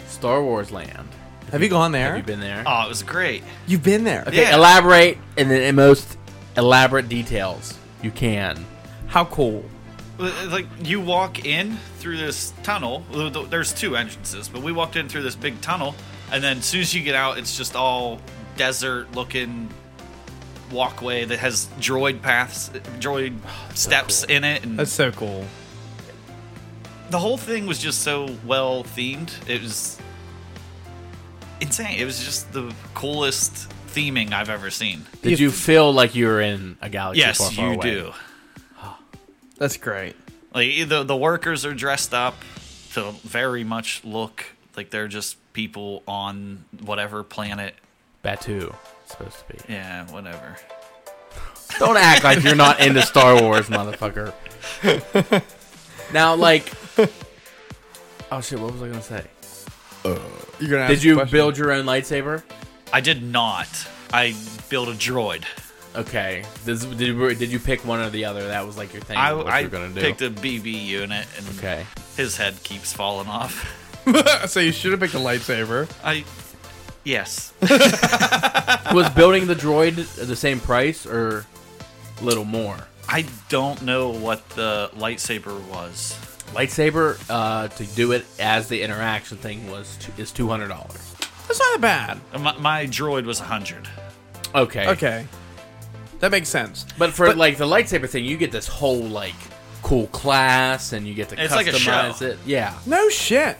Star Wars Land? Have you gone there? Have you been there? Oh, it was great. You've been there. Okay, yeah. elaborate in the most elaborate details you can. How cool. uh, Like you walk in through this tunnel. There's two entrances, but we walked in through this big tunnel, and then as soon as you get out, it's just all desert-looking walkway that has droid paths, droid steps in it, and That's so cool. the whole thing was just so well themed. It was insane. It was just the coolest theming I've ever seen. Did you feel like you were in a galaxy? far, yes, far you away? do. That's great. Like e, the the workers are dressed up to very much look like they're just people on whatever planet. Batu, it's supposed to be. Yeah, whatever. Don't act like you're not into Star Wars, motherfucker. now, like, oh shit, what was I gonna say? You're gonna. Ask Did you a question. build your own lightsaber? I did not. I built a droid. Okay. This, did, you, did you pick one or the other? That was like your thing. I, what I you're gonna do. picked a BB unit, and okay. his head keeps falling off. so you should have picked a lightsaber. I, yes, was building the droid the same price or a little more? I don't know what the lightsaber was. Lightsaber uh, to do it as the interaction thing was t- is two hundred dollars. That's not bad. My, my droid was 100. Okay. Okay, that makes sense. But for like the lightsaber thing, you get this whole like cool class, and you get to It's customize like a show. it. Yeah. No shit.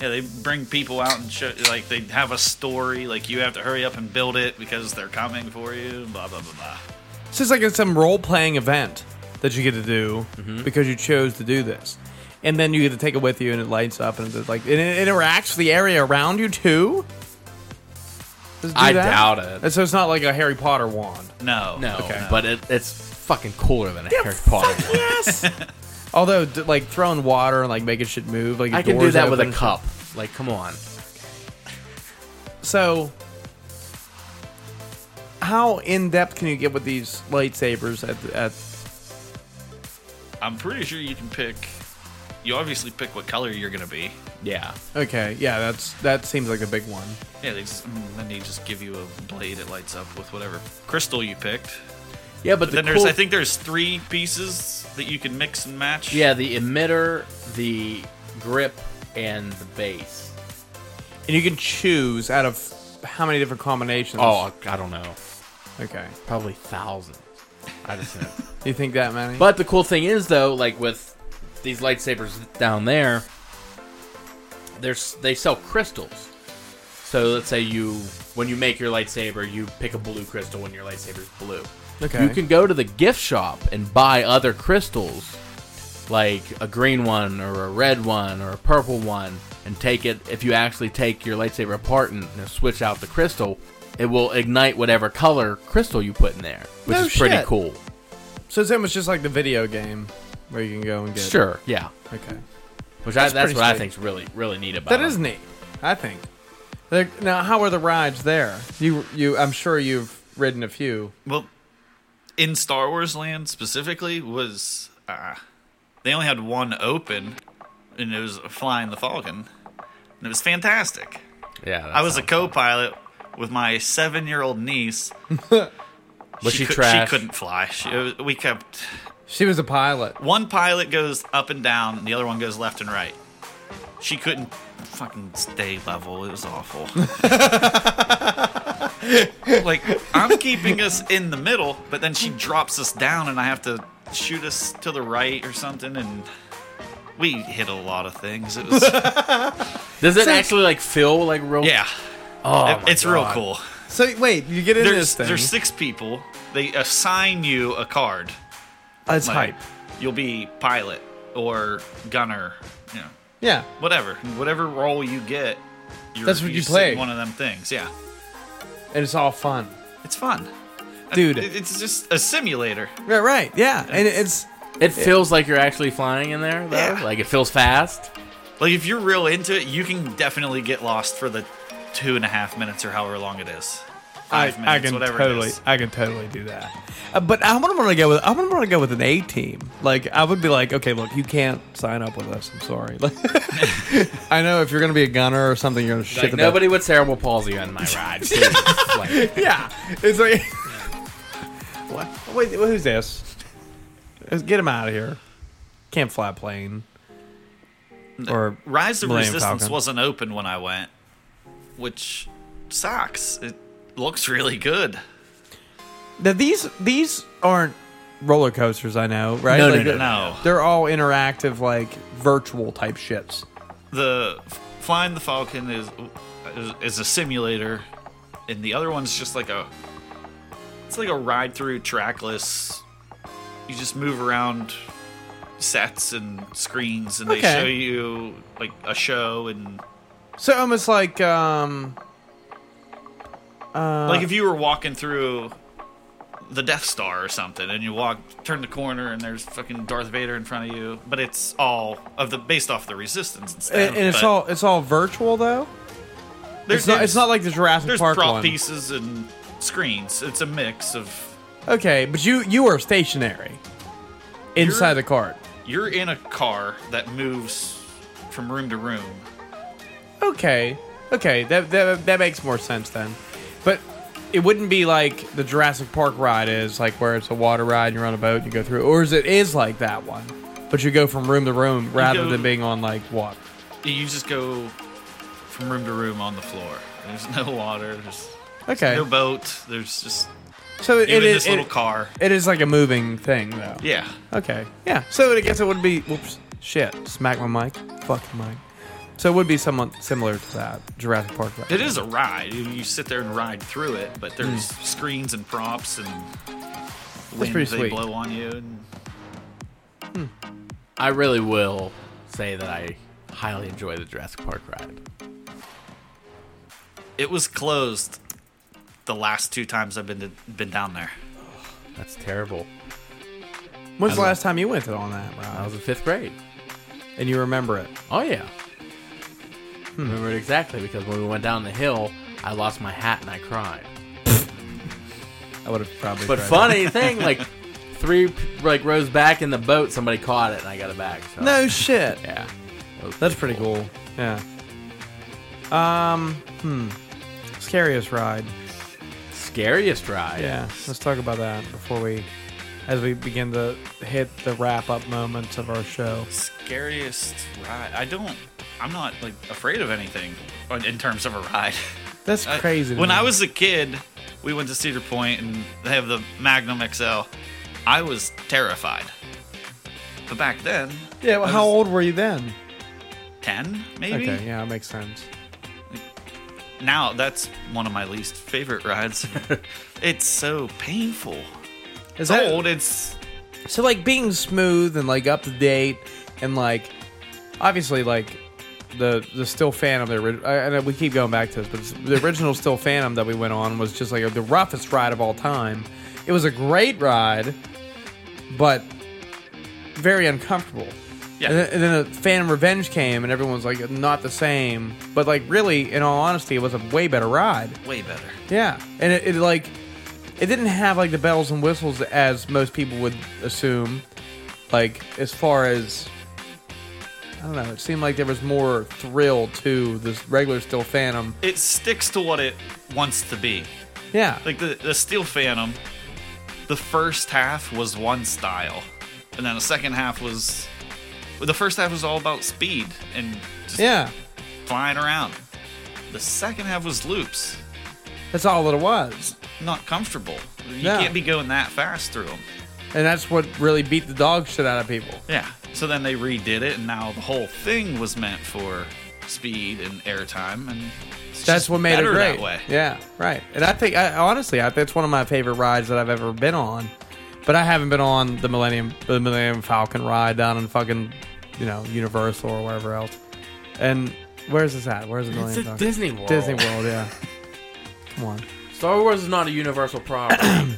Yeah, they bring people out and show, like, they have a story. Like, you have to hurry up and build it because they're coming for you. Blah, blah, blah, blah. It's just like it's some role playing event that you get to do Mm-hmm. because you chose to do this. And then you get to take it with you and it lights up and it's like it it interacts with the area around you too. Does it do I that? doubt it. And so it's not like a Harry Potter wand. No. no, no. but it, it's fucking cooler than a Harry Potter. one. Yes. Although d- like throwing water and like making shit move like your I can do doors that with a open. cup. Like, come on. So how in depth can you get with these lightsabers at, at I'm pretty sure you can pick. You obviously pick what color you're going to be. Yeah. Okay, yeah, that's that seems like a big one. Yeah, they just, mm, then they just give you a blade that lights up with whatever crystal you picked. Yeah, but, But the then there's, cool- I think there's three pieces that you can mix and match. Yeah, the emitter, the grip, and the base. And you can choose out of how many different combinations? Oh, I don't know. okay. Probably thousands. I just know. You think that many? but the cool thing is, though, like with these lightsabers down there, there's they sell crystals. So let's say you, when you make your lightsaber, you pick a blue crystal when your lightsaber's blue. Okay. You can go to the gift shop and buy other crystals, like a green one or a red one or a purple one, and take it. If you actually take your lightsaber apart and you know, switch out the crystal, it will ignite whatever color crystal you put in there, which No is pretty shit. cool. So it's almost just like the video game where you can go and get. Sure, yeah. Okay. Which that's, I, that's pretty what I sweet. think's really really neat about That it. is neat. I think. Like, Now, how are the rides there? You, you. I'm sure you've ridden a few. Well, in Star Wars Land specifically was uh, they only had one open, and it was flying the Falcon, and it was fantastic. Yeah, that I was a sounds- co-pilot with my seven-year-old niece. Was she, cou- trash? She couldn't fly. She, it was- we kept She was a pilot. one pilot goes up and down, and the other one goes left and right. She couldn't fucking stay level. It was awful. like I'm keeping us in the middle, but then she drops us down, and I have to shoot us to the right or something, and we hit a lot of things. It was Does it actually like feel like real? yeah. Oh, my It- it's real God. cool. So wait, you get in There's this thing. there's six people. They assign you a card. it's Like, hype. You'll be pilot or gunner. You know. Yeah. whatever, whatever role you get, you're, That's what you sit play. in One of them things, yeah. And it's all fun. It's fun, Dude. It- It's just a simulator. Yeah, right. Yeah. And it's It feels like you're actually flying in there, though. Yeah. Like it feels fast. Like if you're real into it, you can definitely get lost for the two and a half minutes or however long it is. Five minutes, I can whatever totally, it is. I can totally do that. Uh, but I would want to go with, I would want to go with an A team. Like I would be like, okay, look, you can't sign up with us. I'm sorry. Like, I know if you're gonna be a gunner or something, you're gonna shit Like the nobody with cerebral palsy on my ride. please. Like, bed. Yeah, it's like, what? Wait, who's this? Let's Get him out of here. Can't fly a plane. Or Rise of Millennium Resistance Falcon. wasn't open when I went, which sucks. It looks really good. Now these these aren't roller coasters, I know, right? No, no, Like, no, they're- no. They're all interactive, like virtual type shits. The F- flying the Falcon is is, is a simulator, and the other one's just like a it's like a ride through trackless. You just move around sets and screens, and they Okay. show you like a show and So almost like um Uh. like if you were walking through the Death Star or something, and you walk turn the corner, and there's fucking Darth Vader in front of you, but it's all of the based off the Resistance and stuff. and, and it's but all it's all virtual though. there's- It's not it's not like the Jurassic there's Park prop one. pieces and screens. It's a mix of Okay, but you you are stationary inside the You're- cart. you're in a car that moves from room to room. Okay, okay, that that that makes more sense then. But it wouldn't be like the Jurassic Park ride is, like where it's a water ride and you're on a boat and you go through, or is it is like that one, but you go from room to room rather go- than being on like water. You just go from room to room on the floor. There's no water. There's Okay, no boat. There's just so it, you it in is this little it- car. it is like a moving thing though. Yeah. Okay. Yeah. So I guess it would be. Whoops. Shit. Smack my mic. Fuck the mic. So it would be somewhat similar to that Jurassic Park. Ride. It is a ride. You- You sit there and ride through it, but there's screens and props and wind Hmm. pretty they sweet. blow on you. And I really will say that I highly enjoy the Jurassic Park ride. it was closed the last two times I've been to, been down there. That's terrible. When's the last time you went on that I ride? was in fifth grade. And you remember it? Oh yeah. Hmm. Remember it exactly because when we went down the hill, I lost my hat and I cried. I would have probably. But tried funny thing, like three like rows back in the boat, somebody caught it and I got it back. So, Oh. it. No shit. Yeah. That was That's pretty cool. Yeah. Um. Hmm. Scariest ride. Scariest ride. Yeah. Let's talk about that before we, as we begin to hit the wrap up moments of our show. Scariest ride. I don't. I'm not like afraid of anything in in terms of a ride. That's I- crazy. to Uh, when me. I was a kid, we went to Cedar Point and they have the Magnum XL. I was terrified. But back then, Yeah. Well, I how was- old were you then? ten maybe. Okay. Yeah. That makes sense. now that's one of my least favorite rides. it's so painful. Is It's old. It's So like being smooth and like up to date and like obviously like the the still phantom the ori- I and we keep going back to this but it's- the original still phantom that we went on was just like the roughest ride of all time. It was a great ride but very uncomfortable. Yeah. And, then, and then the Phantom Revenge came and everyone was like not the same but like really in all honesty it was a way better ride. way better. Yeah, and it, it like it didn't have like the bells and whistles as most people would assume. Like as far as I don't know, it seemed like there was more thrill to this regular Still Phantom. It sticks to what it wants to be. Yeah, Like the the Steel Phantom, the first half was one style, and then the second half was. The first half was all about speed and just yeah, flying around. The second half was loops. that's all that it was, Not comfortable. You Yeah. can't be going that fast through them. and that's what really beat the dog shit out of people. Yeah. So then they redid it, and now the whole thing was meant for speed and airtime, and it's That's just what made it better great. That way. Yeah, right. And I think, I, honestly, I, that's one of my favorite rides that I've ever been on. But I haven't been on the Millennium the Millennium Falcon ride down in fucking, you know, Universal or wherever else. And where's this at? Where's the Millennium It's at Falcon? Disney World. Disney World, yeah. Come on. Star Wars is not a Universal property.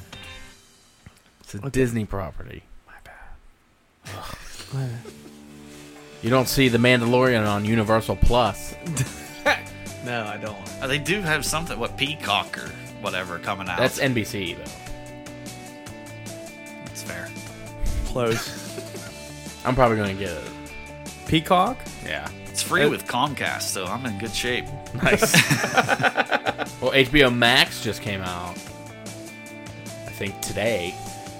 it's a Disney property. My bad. you don't see The Mandalorian on Universal Plus. No, I don't. Uh, They do have something, what Peacock or whatever, coming out. That's NBC though. It's fair. Close. I'm probably gonna get it. Peacock? Yeah. It's free with Comcast, so I'm in good shape. Nice. well, HBO Max just came out. I think today.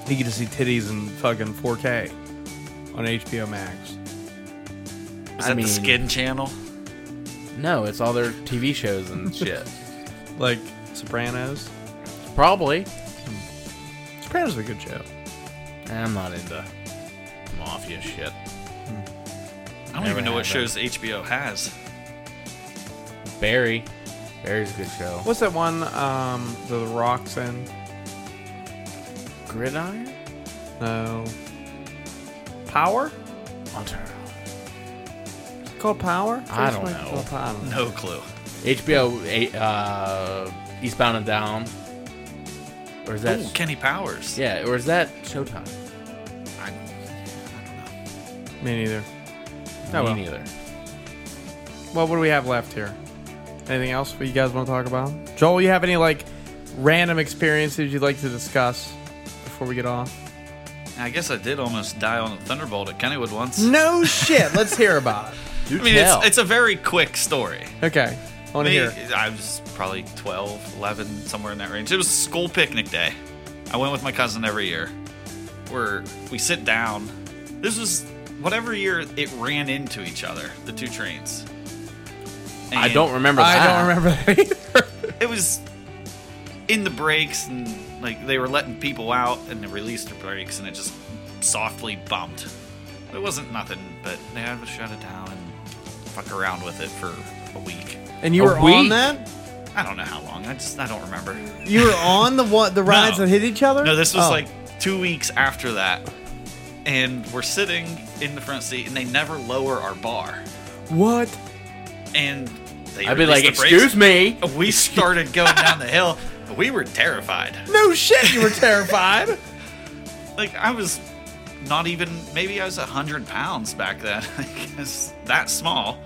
You get to see titties in fucking 4K on HBO Max. Is I that mean- the Skin Channel? No, it's all their TV shows and shit. Like Sopranos. Probably. Sopranos is a good show. I'm not into mafia shit. I don't Never even know what had shows HBO has. Barry. Barry's a good show. What's that one? Um, the Rock's in. Gridiron? No. Power? It's called Power? I First don't one know. called Power. No clue. HBO eh, uh, Eastbound and Down. Or is that Ooh, Kenny Powers. Yeah, or is that Showtime? Me neither. No, Oh, well. Me neither. Well, what do we have left here? Anything else you guys want to talk about? Joel, you have any like random experiences you'd like to discuss before we get off? I guess I did almost die on a Thunderbolt at Kennywood once. No shit. Let's hear about it. I mean, it's, tell. it's a very quick story. Okay. I want to Me- hear. it. I was probably 12, 11, somewhere in that range. It was school picnic day. I went with my cousin every year. Where we sit down. This was whatever year it ran into each other, the two trains. I And don't remember I that. don't remember that either. It was in the breaks and like they were letting people out and they released the brakes and it just softly bumped. It wasn't nothing, but they had to shut it down and fuck around with it for a week. And you A were on week? that? I don't know how long. I just I don't remember. You were on the what the rides that hit each other? No, this was Oh. like two weeks after that. And we're sitting in the front seat, and they never lower our bar. what? And they I'd be like, released the brakes. excuse me. We started going down the hill. We were terrified. No shit. You were terrified. Like I was not even maybe I was a hundred pounds back then. I guess that small.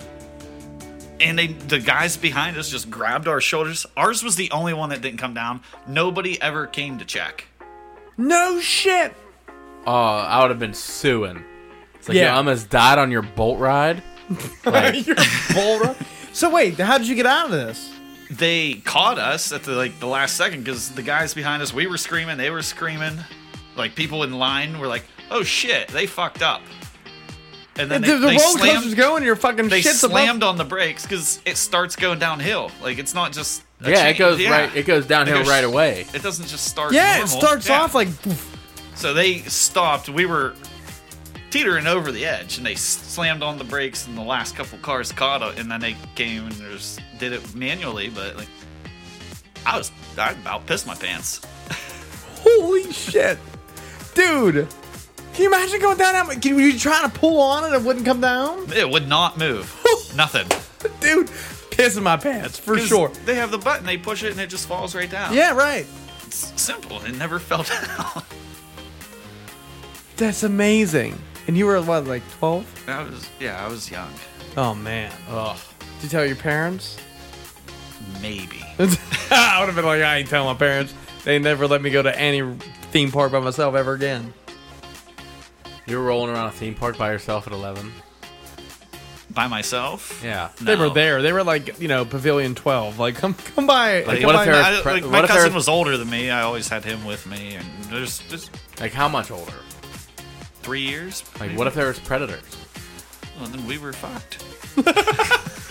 And they the guys behind us just grabbed our shoulders. Ours was the only one that didn't come down. Nobody ever came to check. no shit. Oh, I would have been suing. It's like Yeah. you almost died on your boat ride. Like, You're a boulder. So wait, how did you get out of this? they caught us at the like the last second because the guys behind us we were screaming they were screaming like people in line were like oh shit they fucked up and then they, the the roller they coaster's slammed, going. Your fucking they shit's slammed on the brakes because it starts going downhill like it's not just a yeah, change. it goes Yeah. right. It goes downhill goes- right away. it doesn't just start Above. Yeah, it normal. starts Yeah. off like so they stopped we were teetering over the edge, and they s- slammed on the brakes, and the last couple cars caught it, and then they came and just did it manually. But like, I was, I about pissed my pants. Holy shit, dude! Can you imagine going down? that mu- Can, were you trying to pull on it and it wouldn't come down? It would not move. Nothing. Dude, pissing my pants for 'Cause sure. They have the button, they push it, and it just falls right down. Yeah, right. It's simple. It never fell down. That's amazing. And you were what, like twelve? I was, yeah, I was young. Oh man. Ugh. Did you tell your parents? Maybe. I would have been like, I ain't telling my parents. They never let me go to any theme park by myself ever again. You were rolling around a theme park by yourself at 11. By myself? Yeah. No. They were there. They were like, you know, Pavilion Twelve. Like, come, come by. Like, come what if by they're- now. I- pre- like, what my if cousin they're- was older than me. I always had him with me, and there's just Like how much older? three years. Like what if there was predators? Well, then we were fucked.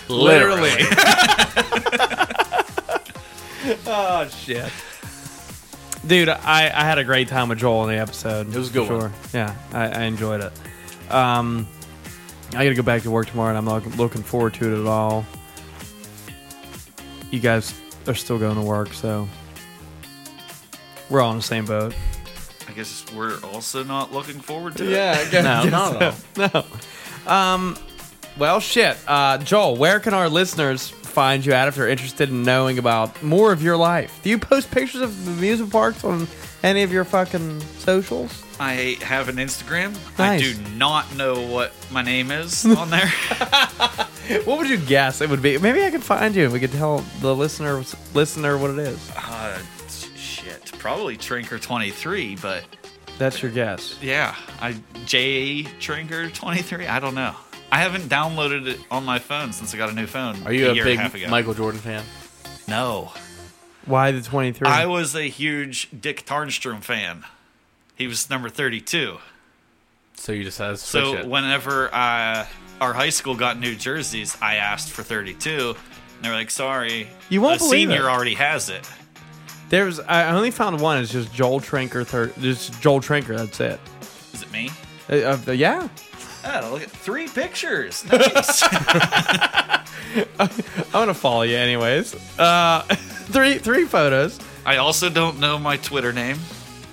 Literally. oh shit. Dude, I, I had a great time with Joel in the episode. It was a good one. Yeah, I, I enjoyed it. Um, I got to go back to work tomorrow, and I'm not looking forward to it at all. You guys are still going to work, so we're all in the same boat. I guess we're also not looking forward to it. I guess, No, not at all. Um, Well, shit. Uh, Joel, where can our listeners find you at if they're interested in knowing about more of your life? Do you post pictures of the amusement parks on any of your fucking socials? I have an Instagram. I Nice. do not know what my name is on there. What would you guess it would be? Maybe I could find you and we could tell the listener listener what it is. uh, shit. Probably Trinker23, but That's your guess. yeah. I J Trinker23. I don't know. I haven't downloaded it on my phone since I got a new phone. Are you a year and half big ago. Michael Jordan fan? No. Why the 23? I was a huge Dick Tarnstrom fan. He was number 32. So you decided to switch So it. whenever uh, our high school got New Jerseys, I asked for 32. And they were like, sorry. You won't a believe senior it." already has it. There's I only found one. It's just Joel Trinker. Thir- just Joel Trinker. That's it. Is it me? Uh, uh, yeah. Oh, look at three pictures. Nice. I'm gonna follow you anyways. Uh, three three photos. I also don't know my Twitter name.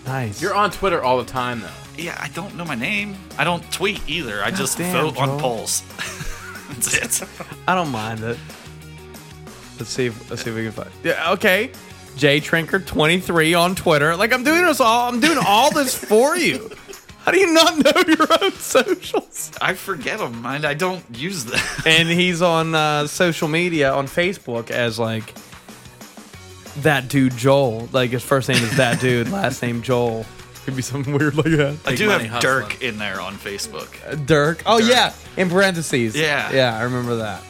Nice. You're on Twitter all the time though. Yeah, I don't know my name. I don't tweet either. I just damn, vote Joel. on polls. That's it. I don't mind it. Let's see. If, let's see if we can find. Yeah. Okay. J Trinker twenty three on Twitter. Like I'm doing this all. I'm doing all this for you. How do you not know your own socials? I forget them. I, I don't use them. And he's on uh, social media on Facebook as like that dude Joel. Like his first name is that dude. Last name Joel. Could be something weird like that. I do have money hustling. Dirk in there on Facebook. Dirk. Oh yeah. In parentheses. Yeah. Yeah. I remember that.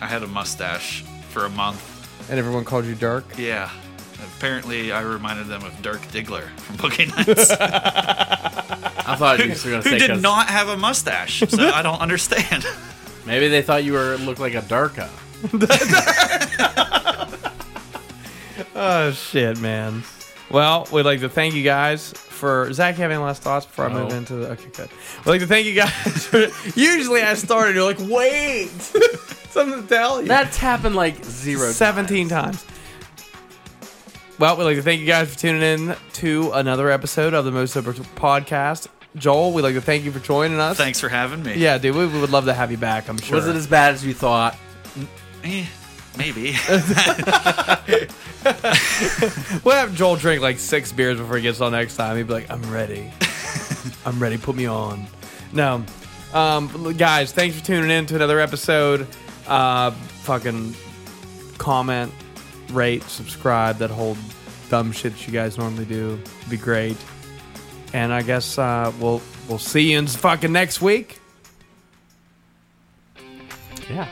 I had a mustache for a month. And everyone called you Dirk. Yeah. Apparently, I reminded them of Dirk Diggler from Boogie Nights, I thought you were gonna who say did 'cause not have a mustache, so I don't understand. maybe they thought you were looked like a Darka. Oh shit, man. Well, we'd like to thank you guys for Zach. You have any last thoughts before I move No. into the? Okay, good. We'd like to thank you guys. For, usually, I start and you're like, wait, something to tell you. That's happened like zero. Seventeen times. Well, we'd like to thank you guys for tuning in to another episode of the Most Sober Podcast. Joel, we'd like to thank you for joining us. Thanks for having me. Yeah, dude, we, we would love to have you back. I'm sure. Was it as bad as you thought? Eh, maybe. We'll have Joel drink like six beers before he gets on next time. He'd be like, I'm ready. I'm ready. Put me on. No. Um, guys, thanks for tuning in to another episode. Uh, fucking comment, rate, subscribe, that whole dumb shit that you guys normally do. It'd be great. And I guess uh, we'll we'll see you in fucking next week. Yeah.